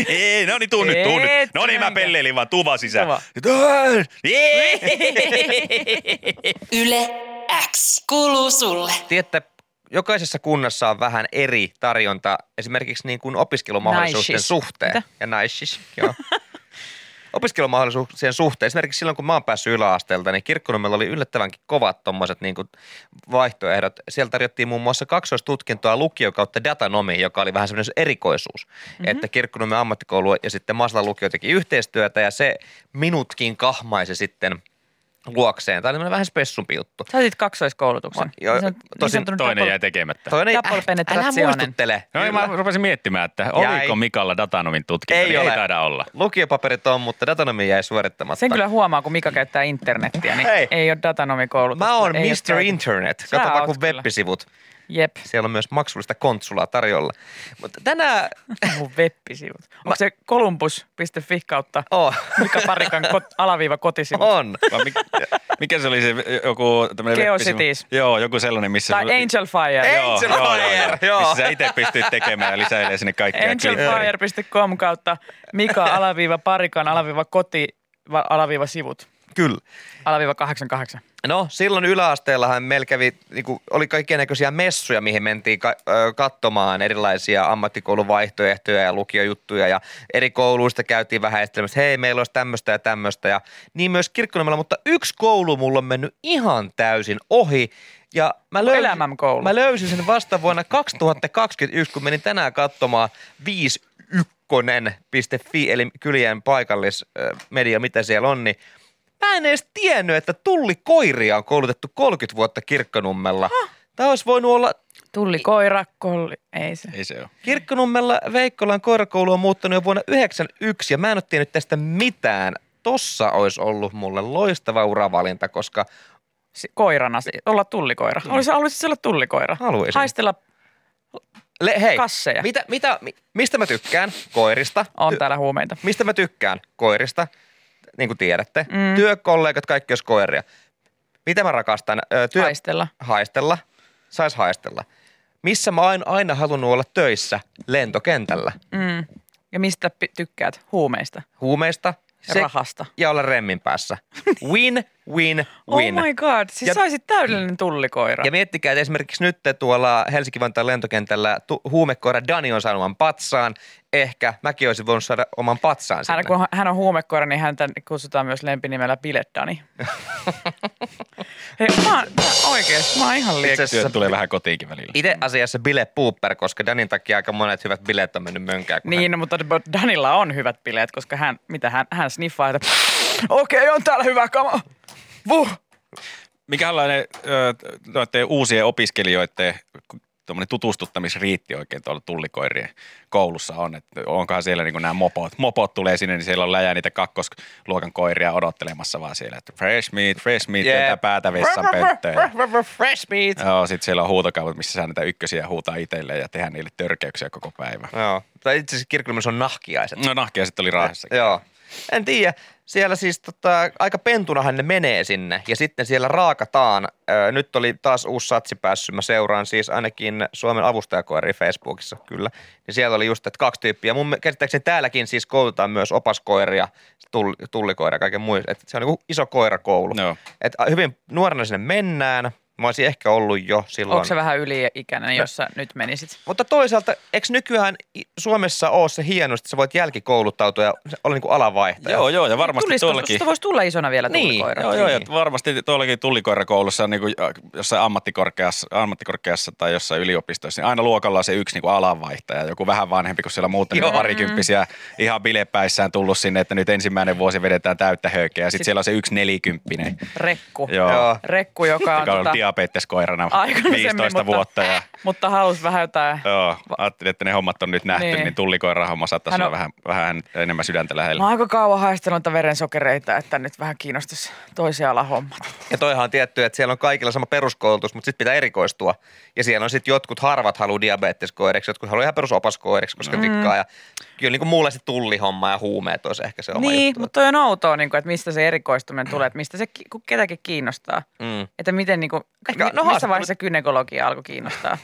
[SPEAKER 6] ei, no niin, tuu nyt, tuu nyt.
[SPEAKER 3] Et
[SPEAKER 6] No niin, mä
[SPEAKER 3] menkää.
[SPEAKER 6] pelleilin vaan, tuu vaan sisään.
[SPEAKER 3] Tuu vaan.
[SPEAKER 6] Ei.
[SPEAKER 2] Yle X kuuluu sulle.
[SPEAKER 4] Tiedätte, jokaisessa kunnassa on vähän eri tarjonta esimerkiksi niin kuin opiskelumahdollisuuksien
[SPEAKER 3] Naisissa.
[SPEAKER 4] suhteen.
[SPEAKER 3] Mitä?
[SPEAKER 4] Ja naisissa, joo. opiskelumahdollisuuksien suhteen. Esimerkiksi silloin, kun mä oon päässyt yläasteelta, niin Kirkkonummella oli yllättävänkin kovat tuommoiset niin kuin vaihtoehdot. Siellä tarjottiin muun muassa kaksoistutkintoa lukio kautta datanomi, joka oli vähän semmoinen erikoisuus. Mm-hmm. Että Kirkkonummen ammattikoulu ja sitten Maslan lukio teki yhteistyötä ja se minutkin kahmaisi sitten luokseen. Tämä oli vähän spessumpi juttu.
[SPEAKER 3] Sä otit kaksoiskoulutuksen.
[SPEAKER 4] Ma- joo,
[SPEAKER 3] Niin sanot-
[SPEAKER 4] tosin
[SPEAKER 3] sanotun
[SPEAKER 5] Toinen
[SPEAKER 3] double-
[SPEAKER 5] jäi tekemättä.
[SPEAKER 4] Toinen,
[SPEAKER 3] Double
[SPEAKER 4] niin- älä
[SPEAKER 3] penetrationen.
[SPEAKER 4] muistuttele.
[SPEAKER 5] No
[SPEAKER 6] niin,
[SPEAKER 5] ei,
[SPEAKER 4] Kyllä.
[SPEAKER 5] mä rupesin miettimään, että oliko Mikalla datanomin tutkinto.
[SPEAKER 4] Ei
[SPEAKER 5] niin
[SPEAKER 4] ole.
[SPEAKER 5] Ei taida olla.
[SPEAKER 4] Lukiopaperit on, mutta datanomi jäi suorittamatta.
[SPEAKER 3] Sen kyllä huomaa, kun Mika käyttää internettiä, niin
[SPEAKER 4] Hei.
[SPEAKER 3] Hei. ei ole datanomikoulutusta.
[SPEAKER 4] Mä oon
[SPEAKER 3] ei ole
[SPEAKER 4] Mr.
[SPEAKER 3] käyty.
[SPEAKER 4] Internet.
[SPEAKER 3] Sä
[SPEAKER 4] Katsotaan
[SPEAKER 3] oot
[SPEAKER 4] kun
[SPEAKER 3] kyllä.
[SPEAKER 4] web-sivut.
[SPEAKER 3] Jep,
[SPEAKER 4] Siellä on myös maksullista kontsulaa tarjolla. Mutta tänään...
[SPEAKER 3] mun web-sivut. Onko se columbus.fi kautta
[SPEAKER 4] Oh,
[SPEAKER 3] Mika Parikan kot- alaviiva kotisivu?
[SPEAKER 4] on.
[SPEAKER 6] Vai mik, mikä se oli se joku tämmöinen
[SPEAKER 3] Geocities.
[SPEAKER 6] Joo, joku sellainen, missä...
[SPEAKER 3] Tai Angel Fire.
[SPEAKER 6] Joo,
[SPEAKER 4] Angel
[SPEAKER 6] joo, joo,
[SPEAKER 4] Fire,
[SPEAKER 6] joo.
[SPEAKER 4] joo.
[SPEAKER 6] Missä sä itse pystyt tekemään ja lisäilee sinne kaikkia klippejä.
[SPEAKER 3] Angelfire.com kautta Mika alaviiva Parikan alaviiva koti va- alaviiva sivut.
[SPEAKER 4] Kyllä.
[SPEAKER 3] Alaviiva 88.
[SPEAKER 4] No silloin yläasteellahan meillä kävi, niin kuin, oli kaikkien näköisiä messuja, mihin mentiin ka- ö, katsomaan erilaisia ammattikoulun vaihtoehtoja ja lukiojuttuja ja eri kouluista käytiin vähän esittelemässä, hei meillä olisi tämmöistä ja tämmöistä ja niin myös kirkkonummella, mutta yksi koulu mulla on mennyt ihan täysin ohi ja mä löysin,
[SPEAKER 3] Elämänkoulu.
[SPEAKER 4] mä löysin sen vasta vuonna 2021, kun menin tänään katsomaan 51.fi eli kylien paikallismedia, mitä siellä on, niin Mä en edes tiennyt, että tullikoiria on koulutettu 30 vuotta kirkkonummella. Tämä olisi voinut olla
[SPEAKER 3] Tulli koira, kolli, ei se.
[SPEAKER 6] Ei se ole.
[SPEAKER 4] Kirkkonummella Veikkolan koirakoulu on muuttanut jo vuonna 1991 ja mä en ole tiennyt tästä mitään. Tossa olisi ollut mulle loistava uravalinta, koska
[SPEAKER 3] Si- Koirana, si- olla tullikoira. Olisi, haluaisit olla tullikoira.
[SPEAKER 4] Haluaisin.
[SPEAKER 3] Haistella
[SPEAKER 4] le- hei,
[SPEAKER 3] Kasseja.
[SPEAKER 4] Mitä, mitä, mi- mistä mä tykkään? Koirista.
[SPEAKER 3] on
[SPEAKER 4] Ty-
[SPEAKER 3] täällä huumeita.
[SPEAKER 4] mistä mä tykkään? Koirista, niin kuin tiedätte. Mm. Työkollegat, kaikki jos koiria. Mitä mä rakastan? Ö, Työ,
[SPEAKER 3] Haistella.
[SPEAKER 4] haistella, saisi haistella. Missä mä oon aina halunnut olla töissä? Lentokentällä.
[SPEAKER 3] Mm. Ja mistä pi- tykkäät? Huumeista
[SPEAKER 4] Huumeista
[SPEAKER 3] ja
[SPEAKER 4] sek-
[SPEAKER 3] rahasta.
[SPEAKER 4] ja olla remmin päässä. Win, win, win.
[SPEAKER 3] Oh my god, siis
[SPEAKER 4] Ja-
[SPEAKER 3] ja, saisit täydellinen tullikoira.
[SPEAKER 4] ja miettikää, että esimerkiksi nyt tuolla Helsinki-Vantaan lentokentällä tu- huumekoira Dani on saanut oman patsaan. Ehkä mäkin olisin voinut saada oman patsaan sinne.
[SPEAKER 3] Hän, kun hän on huumekoira, niin häntä kutsutaan myös lempinimellä Bilettani. Hei, mä, oon- mä oikeesti, mä oon ihan
[SPEAKER 4] Itse
[SPEAKER 3] liikaa.
[SPEAKER 4] asiassa-
[SPEAKER 6] Työt tulee vähän kotiinkin välillä.
[SPEAKER 4] Itse asiassa Bile Pooper, koska Danin takia aika monet hyvät bileet on mennyt mönkään. kun hän-
[SPEAKER 3] Niin, no, mutta but Danilla on hyvät bileet, koska hän, mitä hän, hän sniffaa, että okei, okay, on täällä hyvä kama. Vuh.
[SPEAKER 6] Mikälainen ö, noiden uusien opiskelijoiden tuommoinen tutustuttamisriitti oikein tuolla tullikoirien koulussa on, että onkohan siellä niin nämä mopot. Mopot tulee sinne, niin siellä on läjä niitä kakkosluokan koiria odottelemassa vaan siellä, että fresh meat, fresh meat,
[SPEAKER 4] Jep.
[SPEAKER 6] yeah. tätä päätä vessan pönttöön.
[SPEAKER 4] Fresh meat.
[SPEAKER 6] Joo, sitten siellä on huutokaupat, missä saa näitä ykkösiä huutaa itselleen ja tehdä niille törkeyksiä koko päivä.
[SPEAKER 4] Joo. Tai itse asiassa kirkkonummessa on nahkiaiset.
[SPEAKER 6] No nahkia sitten oli raahessa.
[SPEAKER 4] Joo. En tiedä. Siellä siis tota, aika pentunahan ne menee sinne ja sitten siellä raakataan. Öö, nyt oli taas uusi satsi päässyt. Mä seuraan siis ainakin Suomen avustajakoiri Facebookissa kyllä. Ja siellä oli just että kaksi tyyppiä. Mun mi- käsittääkseni täälläkin siis koulutetaan myös opaskoiria, tull- tullikoiria ja kaiken muun. Et se on niinku iso koirakoulu.
[SPEAKER 6] Joo.
[SPEAKER 4] Et a- hyvin nuorena sinne mennään. Mä olisin ehkä ollut jo silloin.
[SPEAKER 3] Onko se vähän yliikäinen, jos sä nyt menisit?
[SPEAKER 4] Mutta toisaalta, eikö nykyään i- Suomessa ole se hienosti, että sä voit jälkikouluttautua ja olla niin kuin alavaihtaja?
[SPEAKER 6] Joo, joo, ja varmasti
[SPEAKER 3] Tulisiko,
[SPEAKER 6] tuollakin.
[SPEAKER 3] susta voisi tulla isona vielä
[SPEAKER 4] Niin,
[SPEAKER 3] tullikoira.
[SPEAKER 6] Joo, joo, ja
[SPEAKER 4] Niin.
[SPEAKER 6] varmasti tuollakin tullikoirakoulussa, niin kuin äh, jossain ammattikorkeassa, ammattikorkeassa tai jossain yliopistossa, niin aina luokalla on se yksi niin kuin alanvaihtaja, joku vähän vanhempi kuin siellä muuten niin parikymppisiä, ihan bilepäissään tullut sinne, että nyt ensimmäinen vuosi vedetään täyttä höökeä, ja sitten
[SPEAKER 3] Sit-
[SPEAKER 6] siellä on se yksi nelikymppinen,
[SPEAKER 3] Rekku.
[SPEAKER 6] joo,
[SPEAKER 4] Joo.
[SPEAKER 6] joo.
[SPEAKER 3] Rekku, joka on,
[SPEAKER 6] joka on
[SPEAKER 3] tota,
[SPEAKER 6] diabeteskoirana
[SPEAKER 3] aikaisemmin,
[SPEAKER 6] 15
[SPEAKER 3] mutta-
[SPEAKER 6] vuotta, ja
[SPEAKER 3] mutta halusi vähän jotain.
[SPEAKER 6] joo, ajattelin, että ne hommat on nyt nähty,
[SPEAKER 3] Niin.
[SPEAKER 6] niin, niin tullikoirahomma saattaisi
[SPEAKER 3] Hän on-
[SPEAKER 6] olla vähän, vähän enemmän sydäntä
[SPEAKER 3] Mä
[SPEAKER 6] lähellä.
[SPEAKER 3] oon aika kauan haistellut noita verensokereita, että nyt vähän kiinnostaisi toisen alan hommat.
[SPEAKER 4] Ja toihan on tietty, että siellä on kaikilla sama peruskoulutus, mutta sitten pitää erikoistua. Ja siellä on sitten jotkut harvat haluaa diabeteskoireiksi, jotkut haluaa ihan perusopaskoireiksi, koska mm. tikkaa. Ja kyllä niin kuin mulle se tullihomma ja huumeet olisi ehkä se oma
[SPEAKER 3] Niin,
[SPEAKER 4] juttu.
[SPEAKER 3] mutta toi on outoa, niin kuin, että mistä se erikoistuminen tulee, että mistä se ki- kun ketäkin kiinnostaa.
[SPEAKER 4] Mm.
[SPEAKER 3] Että miten, niin kuin,
[SPEAKER 4] Ehkä-
[SPEAKER 3] Ehkä,
[SPEAKER 4] no
[SPEAKER 3] no,
[SPEAKER 4] haastattelu-
[SPEAKER 3] missä vaiheessa kynekologia alkoi kiinnostaa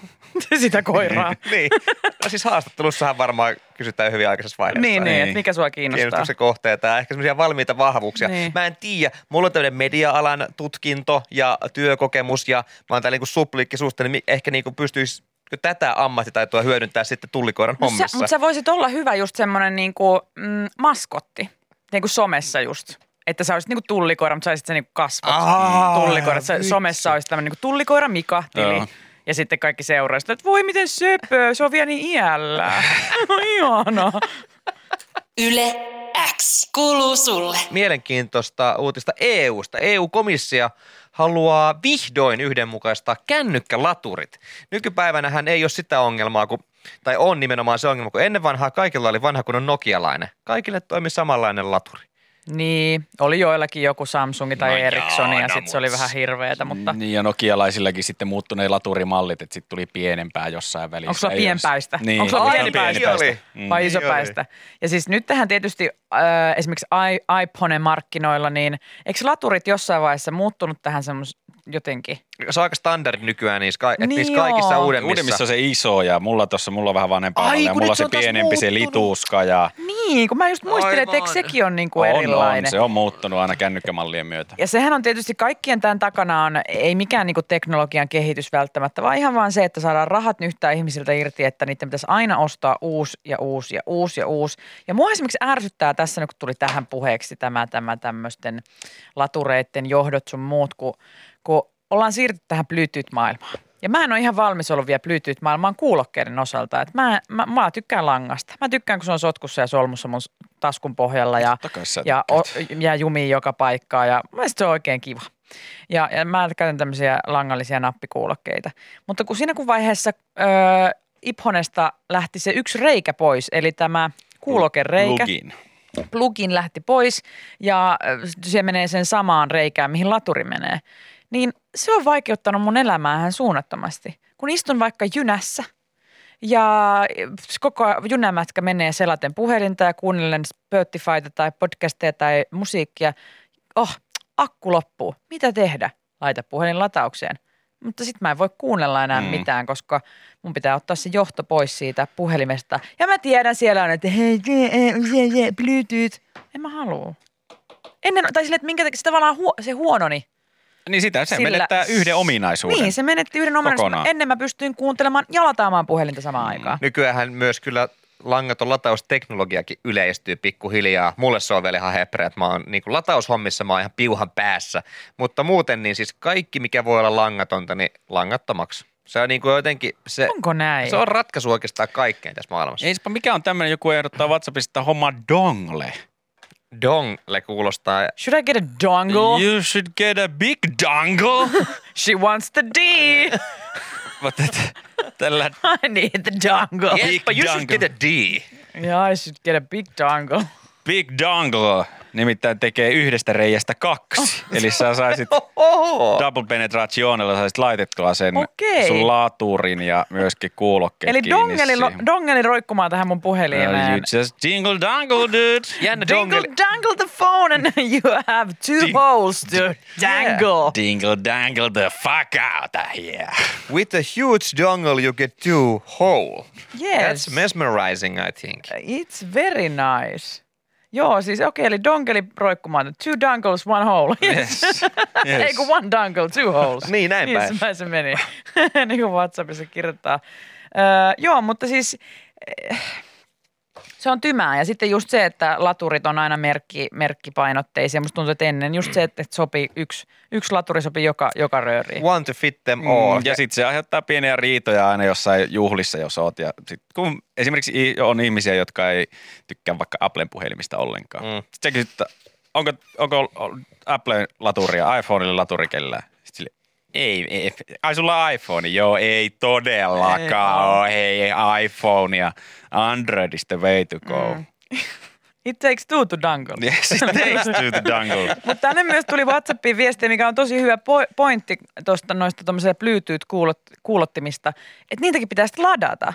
[SPEAKER 3] sitä koiraa.
[SPEAKER 4] niin. No siis haastattelussahan varmaan kysytään hyvin aikaisessa vaiheessa.
[SPEAKER 3] niin, niin, että
[SPEAKER 6] Niin.
[SPEAKER 3] mikä sua kiinnostaa.
[SPEAKER 4] kiinnostuksen kohteita ja ehkä semmoisia valmiita vahvuuksia. Niin.
[SPEAKER 3] Niin.
[SPEAKER 4] Mä en tiedä, mulla on tämmöinen media-alan tutkinto ja työkokemus ja mä oon täällä niin supliikki suusta, niin mi- ehkä niin pystyisi tätä ammattitaitoa hyödyntää sitten tullikoiran
[SPEAKER 3] No, sä,
[SPEAKER 4] hommissa.
[SPEAKER 3] mutta sä voisit olla hyvä just semmoinen niin kuin, mm, niinku, maskotti. niin kuin somessa just. Että sä olisit niinku tullikoira, mutta saisit sen niinku kasvot. Mm,
[SPEAKER 4] Aa,
[SPEAKER 3] tullikoira. Sä,
[SPEAKER 4] vitsi.
[SPEAKER 3] somessa olisi tämmöinen niinku tullikoira Mika tili.
[SPEAKER 6] Joo.
[SPEAKER 3] Ja sitten kaikki seuraa sitä, että voi miten söpö, se on vielä niin iällä. No ihanaa.
[SPEAKER 2] Yle X kuuluu sulle.
[SPEAKER 4] Mielenkiintoista uutista E EUsta. EU-komissio haluaa vihdoin yhdenmukaistaa kännykkälaturit. Nykypäivänä hän ei ole sitä ongelmaa, kun, tai on nimenomaan se ongelma, kun ennen vanhaa kaikilla oli vanha kunnon nokialainen. Kaikille toimi samanlainen laturi.
[SPEAKER 3] Niin, oli joillakin joku Samsungi tai
[SPEAKER 5] No
[SPEAKER 3] no
[SPEAKER 5] joo,
[SPEAKER 3] Ericsson ja
[SPEAKER 5] no
[SPEAKER 3] sitten se oli
[SPEAKER 5] mut-
[SPEAKER 3] vähän hirveetä, mutta
[SPEAKER 6] Niin ja nokialaisillakin sitten muuttuneet laturimallit, että sitten tuli pienempää jossain välissä.
[SPEAKER 3] Onko sulla
[SPEAKER 6] Ei
[SPEAKER 3] pienpäistä?
[SPEAKER 6] ole- Niin.
[SPEAKER 3] Onko sulla
[SPEAKER 6] Ai,
[SPEAKER 4] pienipäistä?
[SPEAKER 6] pienipäistä?
[SPEAKER 4] Niin
[SPEAKER 6] Mm.
[SPEAKER 3] vai
[SPEAKER 4] Mm.
[SPEAKER 3] isopäistä. Ja siis nyt tähän tietysti äh, esimerkiksi i- iPhone-markkinoilla, niin eikö laturit jossain vaiheessa muuttunut tähän semmos jotenkin?
[SPEAKER 4] Se on aika standardi nykyään niissä, ka- niin
[SPEAKER 3] Niin
[SPEAKER 4] niissä kaikissa
[SPEAKER 3] joo.
[SPEAKER 4] uudemmissa.
[SPEAKER 6] Uudemmissa on se iso ja mulla tuossa, mulla on vähän vanhempaa
[SPEAKER 4] Ai,
[SPEAKER 6] mallia,
[SPEAKER 4] kun
[SPEAKER 6] mulla
[SPEAKER 4] nyt
[SPEAKER 6] on
[SPEAKER 4] se
[SPEAKER 6] se
[SPEAKER 4] on taas
[SPEAKER 6] pienempi, se
[SPEAKER 4] muuttunut.
[SPEAKER 6] lituska ja
[SPEAKER 3] Niin, kun mä just muistelin, että eikö
[SPEAKER 4] Aivan.
[SPEAKER 3] sekin on niin kuin
[SPEAKER 6] on, on,
[SPEAKER 3] erilainen.
[SPEAKER 6] se on muuttunut aina kännykkämallien myötä.
[SPEAKER 3] Ja sehän on tietysti kaikkien tämän takana on, ei mikään niinku teknologian kehitys välttämättä, vaan ihan vaan se, että saadaan rahat nyhtää ihmisiltä irti, että niiden pitäisi aina ostaa uusi ja uusi ja uusi ja uusi. Ja mua esimerkiksi ärsyttää tässä, nyt kun tuli tähän puheeksi tämä, tämä tämmöisten latureiden johdot sun muut, kun, kun ollaan siirtynyt tähän Bluetooth-maailmaan. Ja mä en ole ihan valmis ollut vielä Bluetooth-maailmaan kuulokkeiden osalta. Et mä, mä, mä, tykkään langasta. Mä tykkään, kun se on sotkussa ja solmussa mun s- taskun pohjalla. Ja,
[SPEAKER 6] Totta kai sä
[SPEAKER 3] ja o, jää jumiin joka paikkaa ja mun mielestä se on oikein kiva. Ja, ja mä käytän tämmöisiä langallisia nappikuulokkeita. Mutta kun siinä kun vaiheessa öö, Ipponesta lähti se yksi reikä pois, eli tämä kuulokereikä,
[SPEAKER 6] Lugin.
[SPEAKER 3] plugin lähti pois ja ö, se menee sen samaan reikään, mihin laturi menee, niin se on vaikeuttanut mun elämäähän suunnattomasti. Kun istun vaikka jynässä ja eh, koko ajan junämätkä menee selaten puhelinta ja kuunnellen Spotifyta tai podcasteja tai musiikkia, oh, akku loppuu, mitä tehdä? Laita puhelin lataukseen. Mutta sitten mä en voi kuunnella enää mm.
[SPEAKER 6] Mm.
[SPEAKER 3] mitään, koska mun pitää ottaa se johto pois siitä puhelimesta. Ja mä tiedän siellä on, että hei, je, je, je, Bluetooth. En mä halua. Ennen, tai sille, että minkä takia se tavallaan huo, se huononi.
[SPEAKER 6] Niin sitä, se
[SPEAKER 3] Sillä-
[SPEAKER 6] Sillä... menettää yhden ominaisuuden.
[SPEAKER 3] Niin, se menetti yhden ominaisuuden.
[SPEAKER 6] Kokonaan.
[SPEAKER 3] Ennen mä pystyin kuuntelemaan ja lataamaan puhelinta samaan mm. aikaan.
[SPEAKER 4] Nykyään myös kyllä langaton latausteknologiakin yleistyy pikkuhiljaa. Mulle se on vielä ihan hepreä, että mä oon niin kuin lataushommissa mä oon ihan piuhan päässä. Mutta muuten niin siis kaikki, mikä voi olla langatonta, niin langattomaksi. Se on niin kuin jotenkin, se,
[SPEAKER 3] Onko näin?
[SPEAKER 4] se on ratkaisu oikeastaan kaikkeen tässä maailmassa.
[SPEAKER 6] Ei, mikä on tämmöinen, joku ehdottaa WhatsAppissa, että homma dongle.
[SPEAKER 4] Dongle kuulostaa.
[SPEAKER 3] Should I get a dongle?
[SPEAKER 6] You should get a big dongle.
[SPEAKER 3] She wants the D.
[SPEAKER 6] But that, tällä
[SPEAKER 3] I need the dongle.
[SPEAKER 4] Yes,
[SPEAKER 6] Big
[SPEAKER 4] but you should
[SPEAKER 6] dongle.
[SPEAKER 4] get a D.
[SPEAKER 3] Yeah, I should get a big dongle.
[SPEAKER 6] big dongle nimittäin tekee yhdestä reiästä kaksi.
[SPEAKER 3] Oh.
[SPEAKER 6] Eli sä saisit
[SPEAKER 4] Oho.
[SPEAKER 6] double penetrationilla saisit laitettua sen
[SPEAKER 3] Okei.
[SPEAKER 6] sun laaturin ja myöskin kuulokkeet
[SPEAKER 3] Eli
[SPEAKER 6] kiinni
[SPEAKER 3] dongeli,
[SPEAKER 6] siihen.
[SPEAKER 3] dongeli roikkumaan tähän mun
[SPEAKER 6] Uh,
[SPEAKER 3] puhelimeen.
[SPEAKER 6] you just jingle dongle, dude.
[SPEAKER 4] Jännä
[SPEAKER 3] Dingle,
[SPEAKER 4] dongle.
[SPEAKER 3] dangle the phone and you have two holes to dangle.
[SPEAKER 6] Dingle dangle the fuck out of here.
[SPEAKER 4] With a huge dongle you get two whole.
[SPEAKER 3] Yes.
[SPEAKER 4] That's mesmerizing, I think.
[SPEAKER 3] It's very nice. Joo, siis okei, okay, eli dongeli roikkumaan. Two dongles, one hole. Yes. yes. Ei kun one dongle, two holes.
[SPEAKER 4] Niin, näin päin.
[SPEAKER 3] Niin, se meni. niin kuin WhatsAppissa kirjoittaa. Öö, joo, mutta siis eh, se on tymää. Ja sitten just se, että laturit on aina merkki, merkkipainotteisia. Musta tuntuu, että ennen just se, että että sopii yksi, yksi laturi sopii joka, joka rööriin.
[SPEAKER 4] Want to fit them all.
[SPEAKER 6] Mm, ja sitten se aiheuttaa pieniä riitoja aina jossain juhlissa, jos oot. Ja sit, kun esimerkiksi i- on ihmisiä, jotka ei tykkää vaikka Applen puhelimista ollenkaan.
[SPEAKER 4] Mm.
[SPEAKER 6] Mm. Sitten kysyt, onko, onko Applen laturia, iPhoneille laturi kellään? Sit sille, ei, ei, ai sulla on iPhone? Joo, ei todellakaan ole. Hei, ei iPhone ja Android is the way to go. Mm.
[SPEAKER 3] It takes two to dangle.
[SPEAKER 6] Yes, it takes two to dangle.
[SPEAKER 3] Mutta tänne myös tuli WhatsAppiin viesti, mikä on tosi hyvä po- pointti tuosta noista tuommoisia Bluetooth-kuulottimista, että niitäkin pitäisi ladata.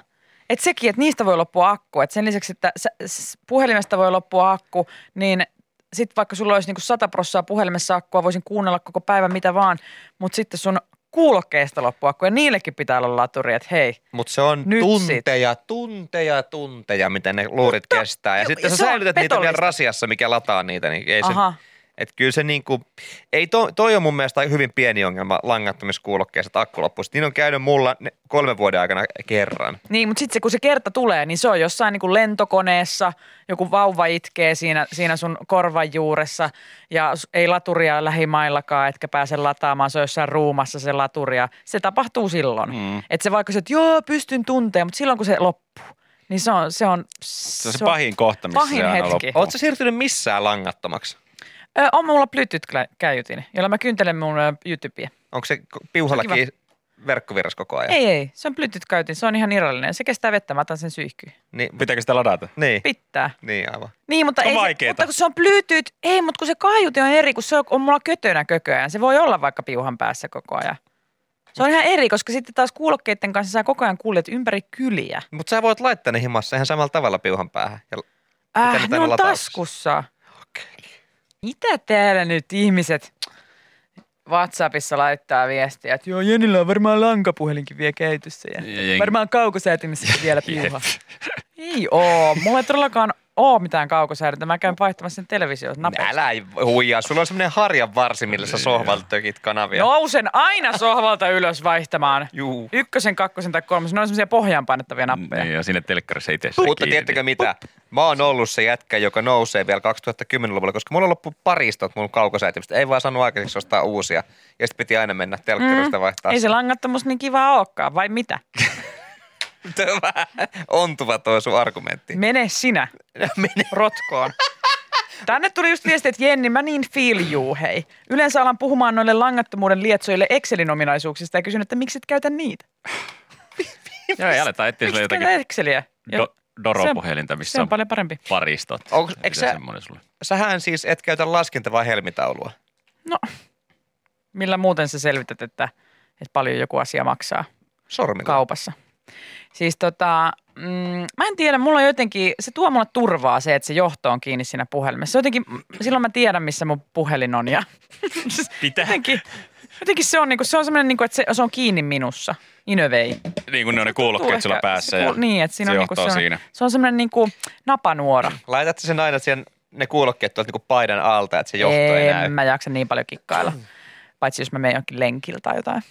[SPEAKER 3] Et sekin, että niistä voi loppua akku. Et sen lisäksi, että sä- s- puhelimesta voi loppua akku, niin sitten vaikka sulla olisi niinku 100 prosenttia puhelimessa akkua, voisin kuunnella koko päivän mitä vaan, mutta sitten sun kuulokkeista loppuu akku ja niillekin pitää olla laturi, että hei.
[SPEAKER 4] Mutta se on
[SPEAKER 3] Nyt
[SPEAKER 4] Nyt tunteja, sit. tunteja, tunteja, mitä ne luurit Mutta, kestää. Ja
[SPEAKER 3] jo-
[SPEAKER 4] sitten
[SPEAKER 3] ja
[SPEAKER 4] sä
[SPEAKER 3] se on
[SPEAKER 4] säilytät niitä vielä
[SPEAKER 3] petollista.
[SPEAKER 4] rasiassa, mikä lataa niitä, niin ei se,
[SPEAKER 3] Aha,
[SPEAKER 4] Et kyllä se niin kuin, ei toi, toi on mun mielestä hyvin pieni ongelma langattomiskuulokkeessa, että akku loppuisi. Niin on käynyt mulla ne- kolmen vuoden aikana kerran.
[SPEAKER 3] Niin, mutta sitten kun se kerta tulee, niin se on jossain niin kuin lentokoneessa, joku vauva itkee siinä, siinä sun korvan juuressa ja s- ei laturia lähimaillakaan, etkä pääse lataamaan, se on jossain ruumassa se laturia. Se tapahtuu silloin. Mm. Että se vaikka se, että joo, pystyn tunteen, mutta silloin kun se loppuu, niin se on... Se on
[SPEAKER 6] Se on se pahin kohta, missä
[SPEAKER 3] pahin
[SPEAKER 6] se aina
[SPEAKER 3] hetki.
[SPEAKER 6] loppuu.
[SPEAKER 4] Oletko sä siirtynyt missään langattomaksi?
[SPEAKER 3] Ö, on mulla Bluetooth-käytin, jolla mä kyntelen mun ö, YouTubea.
[SPEAKER 4] Onko se k- piuhalla
[SPEAKER 3] Kiva.
[SPEAKER 4] kiinni verkkovirras koko
[SPEAKER 6] Eh.
[SPEAKER 4] ajan?
[SPEAKER 3] Ei, ei, se on Bluetooth-käytin, se on ihan irrallinen. Se kestää vettä, mä otan sen syyhkyyn.
[SPEAKER 4] Niin,
[SPEAKER 6] Pitääkö sitä ladata?
[SPEAKER 4] niin,
[SPEAKER 3] Pitää.
[SPEAKER 4] niin aivan.
[SPEAKER 3] Niin, mutta,
[SPEAKER 6] On
[SPEAKER 3] ei se,
[SPEAKER 6] vaikeeta.
[SPEAKER 3] mutta kun se on Bluetooth, ei, mutta kun se kaiutin on eri, kun se on, on mulla kötönä koko ajan. Se voi olla vaikka piuhan päässä koko ajan. Se on ihan eri, koska sitten taas kuulokkeiden kanssa sä koko ajan kuljet ympäri kyliä.
[SPEAKER 4] Mutta sä voit laittaa ne himassa ihan samalla tavalla piuhan päähän. Ja
[SPEAKER 3] Äh,
[SPEAKER 4] Miten
[SPEAKER 3] ne
[SPEAKER 4] tänne
[SPEAKER 3] on
[SPEAKER 4] latauksessa?
[SPEAKER 3] taskussa. Mitä täällä nyt ihmiset WhatsAppissa laittaa viestiä, että joo, Jenillä on varmaan lankapuhelinkin vielä käytössä ja
[SPEAKER 6] Ja jengi-
[SPEAKER 3] varmaan kaukosäätimessä vielä piuha. ei oo, mulla ei todellakaan oo mitään kaukosäädintä. Mä käyn vaihtamassa sen television napeista.
[SPEAKER 4] Älä huijaa, sulla on semmoinen harjan varsi, millä
[SPEAKER 3] Niin.
[SPEAKER 4] sä sohvalta tökit kanavia.
[SPEAKER 3] Nousen aina sohvalta ylös vaihtamaan.
[SPEAKER 4] Juu.
[SPEAKER 3] Ykkösen, kakkosen tai kolmosen. Ne on semmoisia pohjaan painettavia nappeja.
[SPEAKER 6] Niin, ja sinne telkkarissa itse
[SPEAKER 4] Mutta tiedättekö mitä? Mä oon ollut se jätkä, joka nousee vielä 2010-luvulla, koska mulla on loppu paristot mun kaukosäätimistä. Ei vaan saanut aikaiseksi ostaa uusia. Ja sitten piti aina mennä telkkarista mm. vaihtaa.
[SPEAKER 3] Ei se langattomuus niin kivaa olekaan, vai mitä?
[SPEAKER 4] Tää on vähän ontuva toi sun argumentti.
[SPEAKER 3] Mene sinä
[SPEAKER 4] Mene.
[SPEAKER 3] rotkoon. Tänne tuli just viesti, että Jenni, mä niin feel you, hei. Yleensä alan puhumaan noille langattomuuden lietsoille Excelin ominaisuuksista ja kysyn, että miksi et käytä niitä?
[SPEAKER 6] Joo, ei aleta etsiä
[SPEAKER 3] Miksi
[SPEAKER 6] sille
[SPEAKER 3] et
[SPEAKER 6] jotakin
[SPEAKER 3] käytä Exceliä? Ja
[SPEAKER 6] do,
[SPEAKER 3] se
[SPEAKER 6] Doro-puhelinta,
[SPEAKER 3] on-
[SPEAKER 6] missä
[SPEAKER 3] Se on paljon parempi.
[SPEAKER 6] paristot.
[SPEAKER 4] Onks-
[SPEAKER 6] Mitä
[SPEAKER 4] eikö sä-
[SPEAKER 6] semmoinen sulla?
[SPEAKER 4] Sähän siis et käytä laskinta vai helmitaulua.
[SPEAKER 3] No, millä muuten sä selvität, että, että paljon joku asia maksaa?
[SPEAKER 4] Sormilla.
[SPEAKER 3] kaupassa. Siis tota, mm, mä en tiedä, mulla on jotenkin, se tuo mulle turvaa se, että se johto on kiinni siinä puhelimessa. Se Jotenkin, mm, silloin mä tiedän, missä mun puhelin on ja siis
[SPEAKER 6] Pitää.
[SPEAKER 3] jotenkin, jotenkin se on, niinku, se on semmoinen, niinku, että se, se, on kiinni minussa, in a way.
[SPEAKER 6] Niin kuin ne on ne kuulokkeet sulla
[SPEAKER 3] Ehkä-
[SPEAKER 6] päässä.
[SPEAKER 3] se
[SPEAKER 6] Ja
[SPEAKER 3] kuul- niin, että siinä
[SPEAKER 6] se
[SPEAKER 3] on, niinku,
[SPEAKER 6] johtaa
[SPEAKER 3] se,
[SPEAKER 6] siinä.
[SPEAKER 3] on, se on semmoinen niinku napanuora.
[SPEAKER 4] Laitat sä sen aina siihen, ne kuulokkeet tuolta niinku paidan alta, että se johto ei,
[SPEAKER 3] en
[SPEAKER 4] näy.
[SPEAKER 3] mä jaksa niin paljon kikkailla. Paitsi jos mä menen jonkin lenkiltä tai jotain.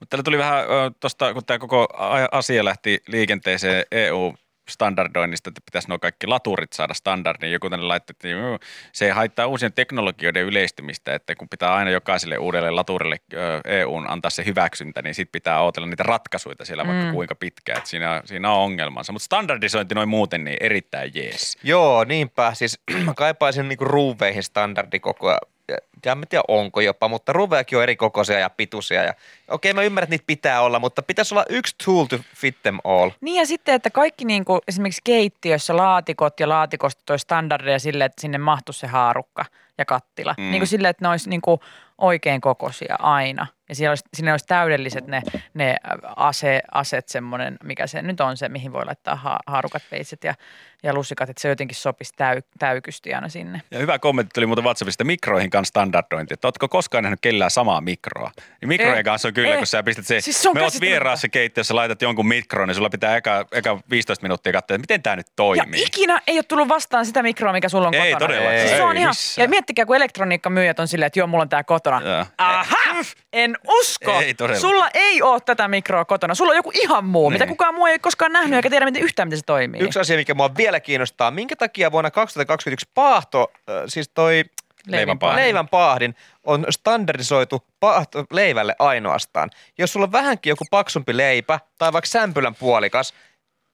[SPEAKER 6] Mutta täällä tuli vähän tuosta, kun tämä koko a- asia lähti liikenteeseen EU standardoinnista, että pitäisi nuo kaikki laturit saada standardiin. Joku tänne laittoi, että juu, se haittaa uusien teknologioiden yleistymistä, että kun pitää aina jokaiselle uudelle laturille ö, EUn antaa se hyväksyntä, niin sitten pitää odotella niitä ratkaisuja siellä vaikka
[SPEAKER 3] Mm.
[SPEAKER 6] kuinka pitkään, että siinä, siinä on ongelmansa. Mutta standardisointi noin muuten, niin erittäin jees.
[SPEAKER 4] Joo, niinpä. Siis mä kaipaisin niinku ruuveihin standardikokoja. Ja- Ja en tiedä onko jopa, mutta ruuvejakin on eri kokoisia ja pituisia. Ja, okei, mä ymmärrän, että niitä pitää olla, mutta pitäisi olla yksi tool to fit them all.
[SPEAKER 3] Niin ja sitten, että kaikki niin kuin esimerkiksi keittiössä laatikot ja laatikosta toi standardeja sille, että sinne mahtuisi se haarukka ja kattila. Mm. Niin kuin sille, että ne olisi niin kuin oikein kokoisia aina. Ja siellä olisi, sinne olisi täydelliset ne, ne ase, aset semmoinen, mikä se nyt on se, mihin voi laittaa ha- haarukat, peitset ja, ja lusikat, että se jotenkin sopisi täy, täykysti aina sinne.
[SPEAKER 6] Ja hyvä kommentti tuli muuten WhatsAppista mikroihin kanssa standardointi, että ootko koskaan nähnyt kellään samaa mikroa? Niin mikrojen
[SPEAKER 3] Eh,
[SPEAKER 6] kanssa on kyllä,
[SPEAKER 3] eh.
[SPEAKER 6] kun sä pistät se,
[SPEAKER 3] Siis se on
[SPEAKER 6] me oot
[SPEAKER 3] käsittämätöntä.
[SPEAKER 6] vieraassa keittiössä, laitat jonkun mikroon, niin sulla pitää eka, eka 15 minuuttia katsoa, että miten tämä nyt
[SPEAKER 3] Ja
[SPEAKER 6] toimii.
[SPEAKER 3] ikinä ei ole tullut vastaan sitä mikroa, mikä sulla on
[SPEAKER 6] Ei
[SPEAKER 3] kotona.
[SPEAKER 6] todellakaan,
[SPEAKER 3] Siis se
[SPEAKER 6] ei
[SPEAKER 3] on ihan,
[SPEAKER 6] missään.
[SPEAKER 3] ja miettikää, kun elektroniikkamyyjät on silleen, että joo, mulla on tää kotona.
[SPEAKER 6] Joo.
[SPEAKER 3] Aha! En usko!
[SPEAKER 6] Ei todella.
[SPEAKER 3] Sulla ei ole tätä mikroa kotona. Sulla on joku ihan muu,
[SPEAKER 6] Niin.
[SPEAKER 3] mitä kukaan muu ei koskaan nähnyt eikä tiedä miten yhtään, miten se toimii.
[SPEAKER 4] Yksi asia, mikä mua vielä kiinnostaa, minkä takia vuonna 2021 paahto, äh, siis toi
[SPEAKER 6] Leivänpaahdi.
[SPEAKER 4] leivän paahdin, on standardisoitu paahto leivälle ainoastaan. Jos sulla on vähänkin joku paksumpi leipä tai vaikka sämpylän puolikas,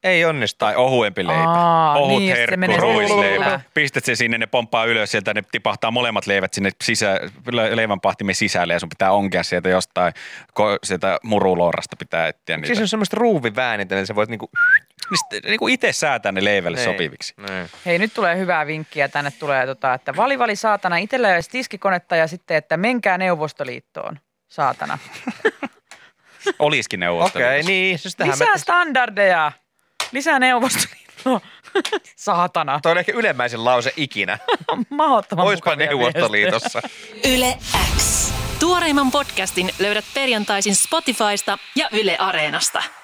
[SPEAKER 4] ei onnistu.
[SPEAKER 6] Tai ohuempi leipä,
[SPEAKER 3] Aa,
[SPEAKER 6] ohut
[SPEAKER 3] niin, ja se
[SPEAKER 6] herkku,
[SPEAKER 3] menee
[SPEAKER 6] ruisleipä.
[SPEAKER 3] siellä.
[SPEAKER 6] Pistät se sinne, ne pomppaa ylös sieltä, ne tipahtaa molemmat leivät sinne sisä, le- leivänpahtimen sisälle ja sun pitää onkea sieltä jostain, ko- sieltä muruloorasta pitää etsiä niitä.
[SPEAKER 4] Siis on semmoista ruuviväänitä, niin sä voit niinku...
[SPEAKER 6] Siis, niin kuin itse säätää ne leivälle
[SPEAKER 4] Ei.
[SPEAKER 6] sopiviksi.
[SPEAKER 4] niin.
[SPEAKER 3] Hei, nyt tulee hyvää vinkkiä. Tänne tulee, tota, että valivali vali, saatana, itsellä ei ole edes tiskikonetta ja sitten, että menkää Neuvostoliittoon, saatana.
[SPEAKER 6] Olisikin
[SPEAKER 4] Okei,
[SPEAKER 6] neuvostelijoita.
[SPEAKER 4] okay, niin. Siis tähän
[SPEAKER 3] Lisää standardeja! Lisää Neuvostoliittoa. saatana.
[SPEAKER 4] Toi on ehkä ylemmäisen lause ikinä.
[SPEAKER 3] Mahdottoman
[SPEAKER 4] Oispa
[SPEAKER 3] mukavia viestejä.
[SPEAKER 4] Neuvostoliitossa.
[SPEAKER 2] Yle X. Tuoreimman podcastin löydät perjantaisin Spotifysta ja Yle Areenasta.